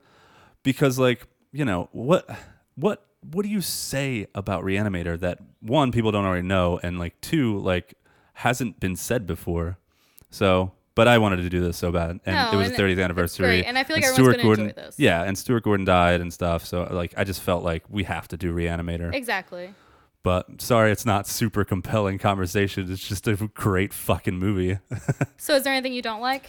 because, like, you know what what what do you say about Reanimator that one people don't already know and like two like hasn't been said before. So, but I wanted to do this so bad, and
No,
it was
and
the 30th
it's
anniversary.
great, and I feel like
Stuart
everyone's gonna
Gordon,
enjoy this.
Yeah, and Stuart Gordon died and stuff. So like, I just felt like we have to do Reanimator
Exactly.
but sorry, it's not super compelling conversation. It's just a great fucking movie.
So, is there anything you don't like?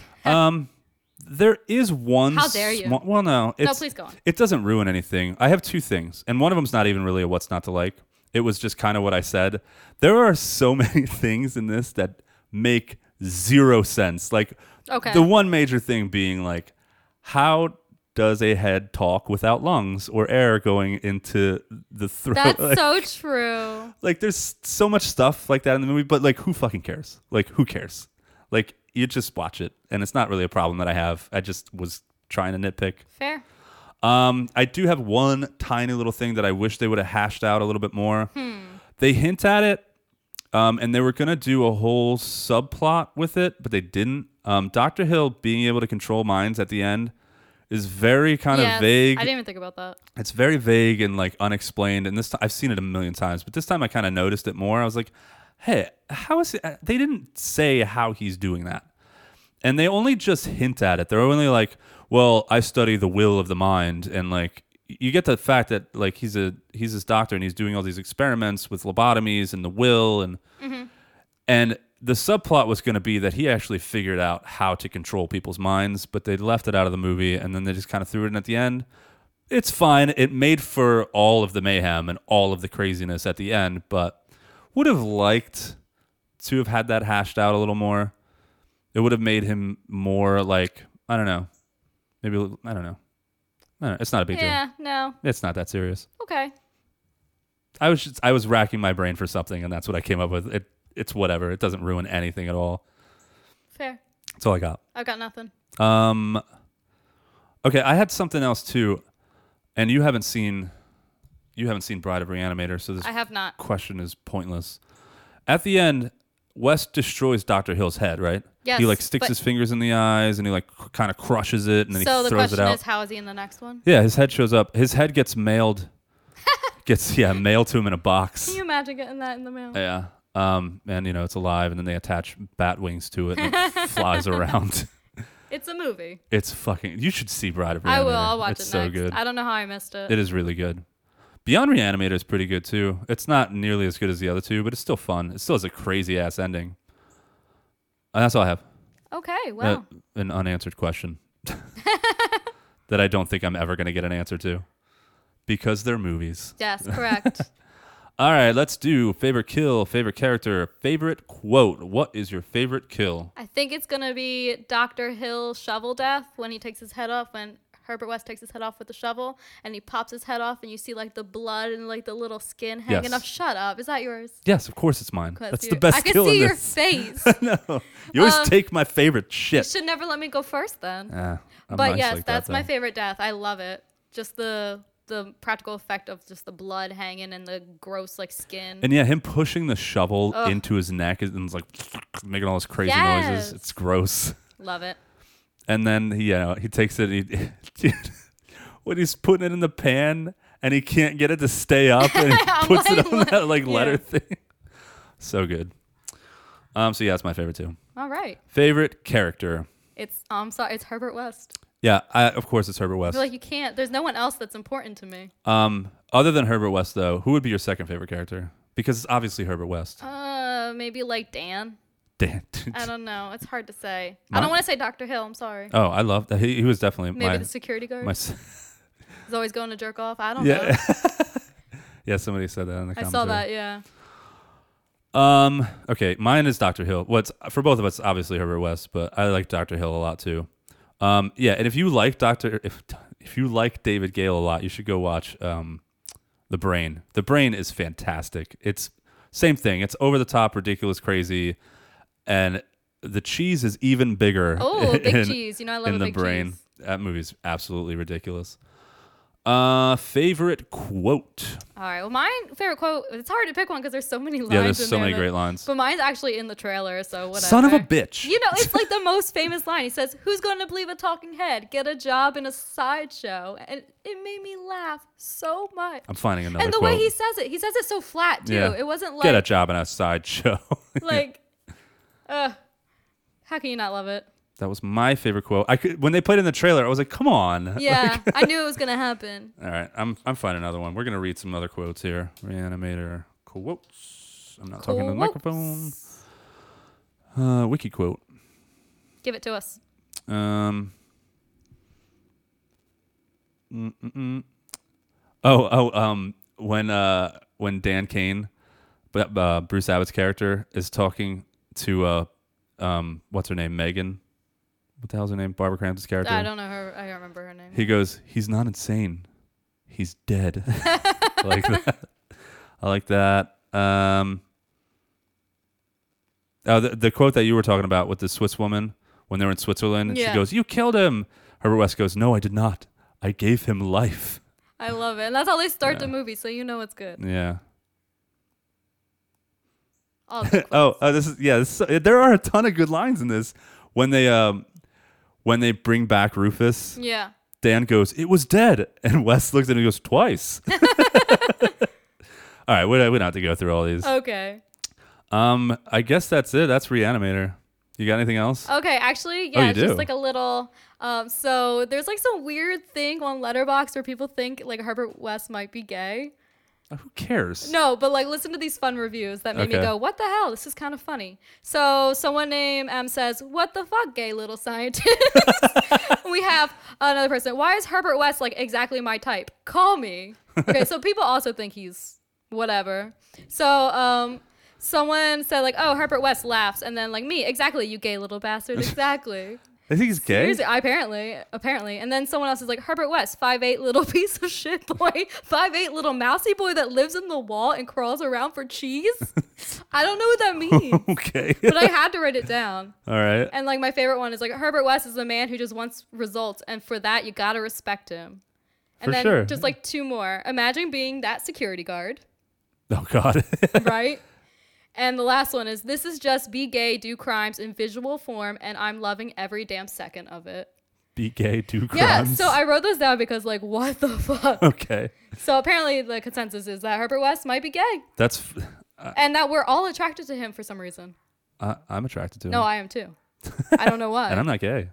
There is one.
How dare you.
sma- well, no. It's,
please go on.
It doesn't ruin anything. I have two things, and one of them's not even really a what's not to like. It was just kind of what I said. There are so <laughs> many things in this that make zero sense. Like,
Okay.
the one major thing being like, how does a head talk without lungs or air going into the throat? <laughs>
That's
Like-
so true.
like there's so much stuff like that in the movie but like who fucking cares like who cares like you just watch it and it's not really a problem that i have i just was trying to nitpick
Fair.
um i do have one tiny little thing that i wish they would have hashed out a little bit more
Hmm.
they hint at it um, and they were going to do a whole subplot with it but they didn't um, dr hill being able to control minds at the end is very kind
Yes.
of vague
I didn't even think about that.
it's very vague and like unexplained and this time i've seen it a million times but this time i kind of noticed it more i was like hey how is it uh, they didn't say how he's doing that and they only just hint at it they're only like well i study the will of the mind and like you get the fact that like he's a he's this doctor and he's doing all these experiments with lobotomies and the will and and the subplot was going to be that he actually figured out how to control people's minds, but they left it out of the movie and then they just kind of threw it in at the end. It's fine. It made for all of the mayhem and all of the craziness at the end, but would have liked to have had that hashed out a little more. It would have made him more like, I don't know. Maybe, I don't know. I don't know. It's not a big
Yeah, no.
deal. It's not that serious.
Okay.
I was just, I was racking my brain for something and that's what I came up with. It it's whatever. It doesn't ruin anything at all.
Fair.
That's all I got.
I've got nothing.
Um, okay, I had something else too, and you haven't seen you haven't seen Bride of Reanimator, so this
I have not.
question is pointless. At the end, West destroys Doctor Hill's head. Right?
Yes,
He like sticks
but-
his fingers in the eyes and he like kind of crushes it and then
So
he
the
throws it
question
out.
is, how is he in the next one?
yeah, his head shows up. His head gets
<laughs>
mailed. gets yeah mailed to him in a box.
Can you imagine getting that in the mail?
Yeah. Um, and you know it's alive, and then they attach bat wings to it, and
<laughs>
it flies around.
It's a movie.
It's fucking. You should see Bride of Reanimator.
I will. I'll watch
it's
it
so
next.
good.
I don't know how I missed it.
It is really good. Beyond Reanimator is pretty good too. It's not nearly as good as the other two, but it's still fun. It still has a crazy ass ending. And that's all I have.
okay. Wow.
Uh, an unanswered question <laughs> that I don't think I'm ever going to get an answer to because they're movies. <laughs>
yes. Correct.
All right, let's do favorite kill, favorite character, favorite quote. What is your favorite kill?
I think it's gonna be Doctor Hill shovel death when he takes his head off when Herbert West takes his head off with the shovel and he pops his head off and you see like the blood and like the little skin hanging
Yes.
off. Shut up! Is that yours?
Yes, of course it's mine.
'Cause
That's the
you-
best
I can
kill
see
in
your
this. <laughs>
face.
no, you always
Um,
take my favorite
you
shit.
should never let me go first then.
Ah, I'm
but
nice
yes,
like that,
that's my
though.
favorite death. I love it. Just the the practical effect of just the blood hanging and the gross like skin.
And yeah, him pushing the shovel into his neck is- and it's like <laughs> making all those crazy noises.
Yes.
It's gross.
love it.
And then he, you know, he takes it. And he, <laughs> dude, when he's putting it in the pan and he can't get it to stay up,
<laughs>
and he puts it on that like letter thing. So good. Um. So yeah, it's my favorite too.
All right.
Favorite character.
It's I'm sorry. It's Herbert West.
Yeah, I, of course it's Herbert
I
West.
feel like you can't. There's no one else that's important to me.
um, other than Herbert West, though, who would be your second favorite character? Because it's obviously Herbert West.
Uh, maybe like Dan.
Damn. <laughs>
I don't know. It's hard to say.
My-
I don't want to say Dr. Hill. I'm sorry.
oh, I love that. He, he was definitely
Maybe
my
the security guard
my. s-
is always going to jerk off. I
<laughs>
don't know.
Yeah. yeah, somebody said that in the
Uh-huh. I
comments.
saw that. Yeah.
Um, okay, mine is Dr. Hill. What's for both of us obviously Herbert West, but I like Dr. Hill a lot too. Um, yeah, and if you like Dr. if if you like David Gale a lot, you should go watch um The Brain. The Brain is fantastic. It's same thing. It's over the top, ridiculous, crazy, and the cheese is even bigger.
Oh, big
<laughs> in-
cheese. You know I love
in
a
the
big
brain.
cheese.
That movie's absolutely ridiculous. Uh, favorite quote.
All right. Well, my favorite quote. It's hard to pick one because there's so many lines.
Yeah, there's
in
so
there
many
that-
great lines.
But mine's actually in the trailer, so whatever.
Son of a bitch.
You know,
<laughs>
it's like the most famous line. He says, "Who's going to believe a talking head? Get a job in a sideshow," and it made me laugh so much.
I'm finding another.
and the
quote.
way he says it, he says it so flat too. It wasn't like
get a job in a sideshow. <laughs>
like, uh, how can you not love it?
<laughs> that was my favorite quote. I could when they played in the trailer, I was like, come on.
Yeah, I knew it was gonna happen.
All right, I'm I'm finding another one. We're gonna read some other quotes here. Reanimator quotes. I'm not talking to the microphone. Uh, wiki quote.
Give it to us.
Um. mm-mm-mm. mm, Oh oh um when uh when Dan Kane, but uh, Bruce Abbott's character is talking to uh um what's her name Megan, what the hell's her name Barbara Crampton's character.
I don't know her. I don't remember her name.
He goes, he's not insane, he's dead. <laughs> I like that. I like that. Um. Uh, the, the quote that you were talking about with the Swiss woman when they were in Switzerland, and she
Yeah.
goes, "You killed him." Herbert West goes, "No, I did not. I gave him life."
I love it, and that's how they start the movie, so you know it's
<laughs>
good.
Yeah.
All good.
Oh, oh, this is yeah. This is, so- there are a ton of good lines in this. When they um, when they bring back Rufus,
yeah,
Dan goes, "It was dead," <laughs> and West looks at him and goes, "Twice." <laughs> all right, we don't we don't have to go through all these.
okay,
Um, I guess that's it. That's Reanimator. You got anything else?
okay. Actually,
Oh,
yeah,
you
it's
do?
just like a little. Um, so there's like some weird thing on Letterbox where people think like Herbert West might be gay.
Who cares?
Uh, No, but like listen to these fun reviews that made me
Okay.
go, "What the hell? This is kind of funny." So someone named M says, "What the fuck, gay little scientist?" <laughs> we have another person. Why is Herbert West like exactly my type? Call me. Okay, so people also think he's whatever. So um. Someone said like, "Oh, Herbert West laughs," and then like me, exactly, you gay little bastard, exactly.
I think he's gay. <laughs>
Here's, apparently, apparently, and then someone else is like Herbert West, five eight little <laughs> piece of shit boy, five eight little mousy boy that lives in the wall and crawls around
<laughs>
for cheese. I don't know what that means,
okay.
but I had to write it down.
all
<laughs>
right.
And like my favorite one is like Herbert West is a man who just wants results, and for that you gotta respect him. And
For
then
sure.
just like two more. Imagine being that security guard,
Oh God. <laughs>
right? and the last one is this is just be gay, do crimes in visual form, and I'm loving every damn second of it.
Be gay, do crimes.
Yeah, so I wrote those down because like what
<laughs>
the fuck?
Okay,
so apparently the consensus is that Herbert West might be gay
that's. f-
and that we're all attracted to him for some reason.
I, I'm attracted to him.
No, I
<laughs>
am too. I don't know why.
and I'm not gay.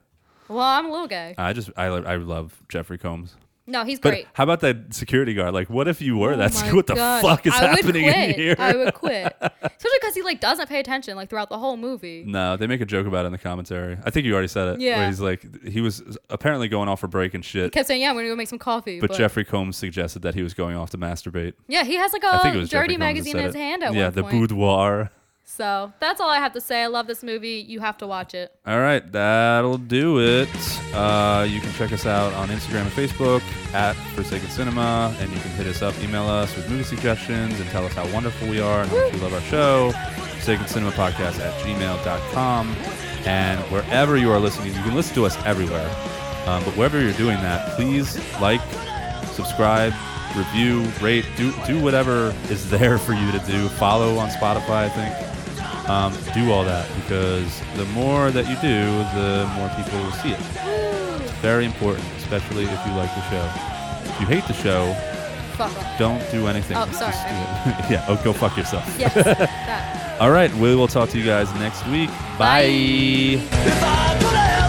well, I'm a little gay.
I just I lo- I love Jeffrey Combs.
No, he's
Uh, But
great. Oh
how about that security guard? Like, what if you were? <laughs> that's <laughs>
my
what the
God.
fuck is
I would
happening
quit.
in here.
I
<laughs>
would quit. Especially because he like doesn't pay attention like throughout the whole movie.
No, they make a joke about it in the commentary. I think you already said it. Where
Yeah.
he's like, he was apparently going off for break and shit.
Kept saying, "Yeah, I'm gonna go make some coffee."
But, Jeffrey Combs suggested that he was going off to masturbate.
yeah, he has like
I
a
think it was Jeffrey Combs
dirty Um, magazine
that
in
said
his
it.
hand at
yeah,
one
the
point.
boudoir.
So that's all I have to say. I love this movie. You have to watch it.
All right, that'll do it. Uh, you can check us out on Instagram and Facebook at Forsaken Cinema, and you can hit us up, email us with movie suggestions, and tell us how wonderful we are and how much you love our show. Forsaken Cinema Podcast at gmail.com. And wherever you are listening, you can listen to us everywhere. Um, but wherever you're doing that, please like, subscribe, review, rate, do, do whatever is <laughs> there for you to do. Follow on Spotify, I think um, do all that because the more that you do, the more people will see it. It's very important, especially if you like the show. If you hate the show,
Fuck
<laughs>
off.
don't do anything.
Oh, sorry.
Just do it. <laughs> yeah, oh, go fuck yourself.
Yes. that.
All right, we will talk to you guys next week. Bye.
Bye.
If I could have